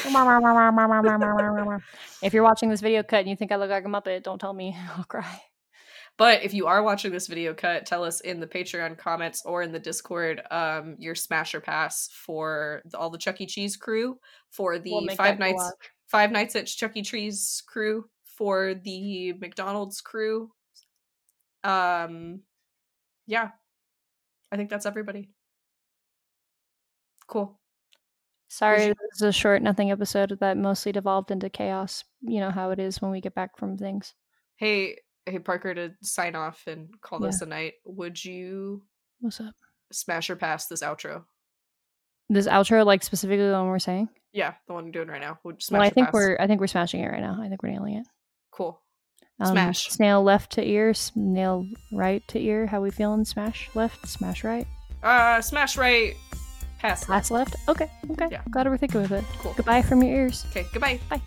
if you're watching this video cut and you think I look like a Muppet, don't tell me. I'll cry. but if you are watching this video cut, tell us in the Patreon comments or in the Discord um, your smash or pass for the, all the Chuck E. Cheese crew, for the We'll make Five that go Nights up. Five Nights at Chuck E. Cheese crew, for the McDonald's crew. Um, yeah, I think that's everybody. Cool. Sorry, you- this is a short nothing episode that mostly devolved into chaos. You know how it is when we get back from things. Hey, hey Parker, to sign off and call Yeah. this a night. Would you What's up? smash or pass this outro? This outro, like specifically the one we're saying. Yeah, the one I'm doing right now. We'll just smash well, I or think pass. we're I think we're smashing it right now. I think we're nailing it. cool. Um, Smash. Snail left to ear, snail right to ear. How we feeling? Smash left, smash right, Uh, smash right, pass. left. pass left. Okay, okay. Yeah. Glad we're thinking with it. Cool. Goodbye from your ears. Okay, goodbye. Bye.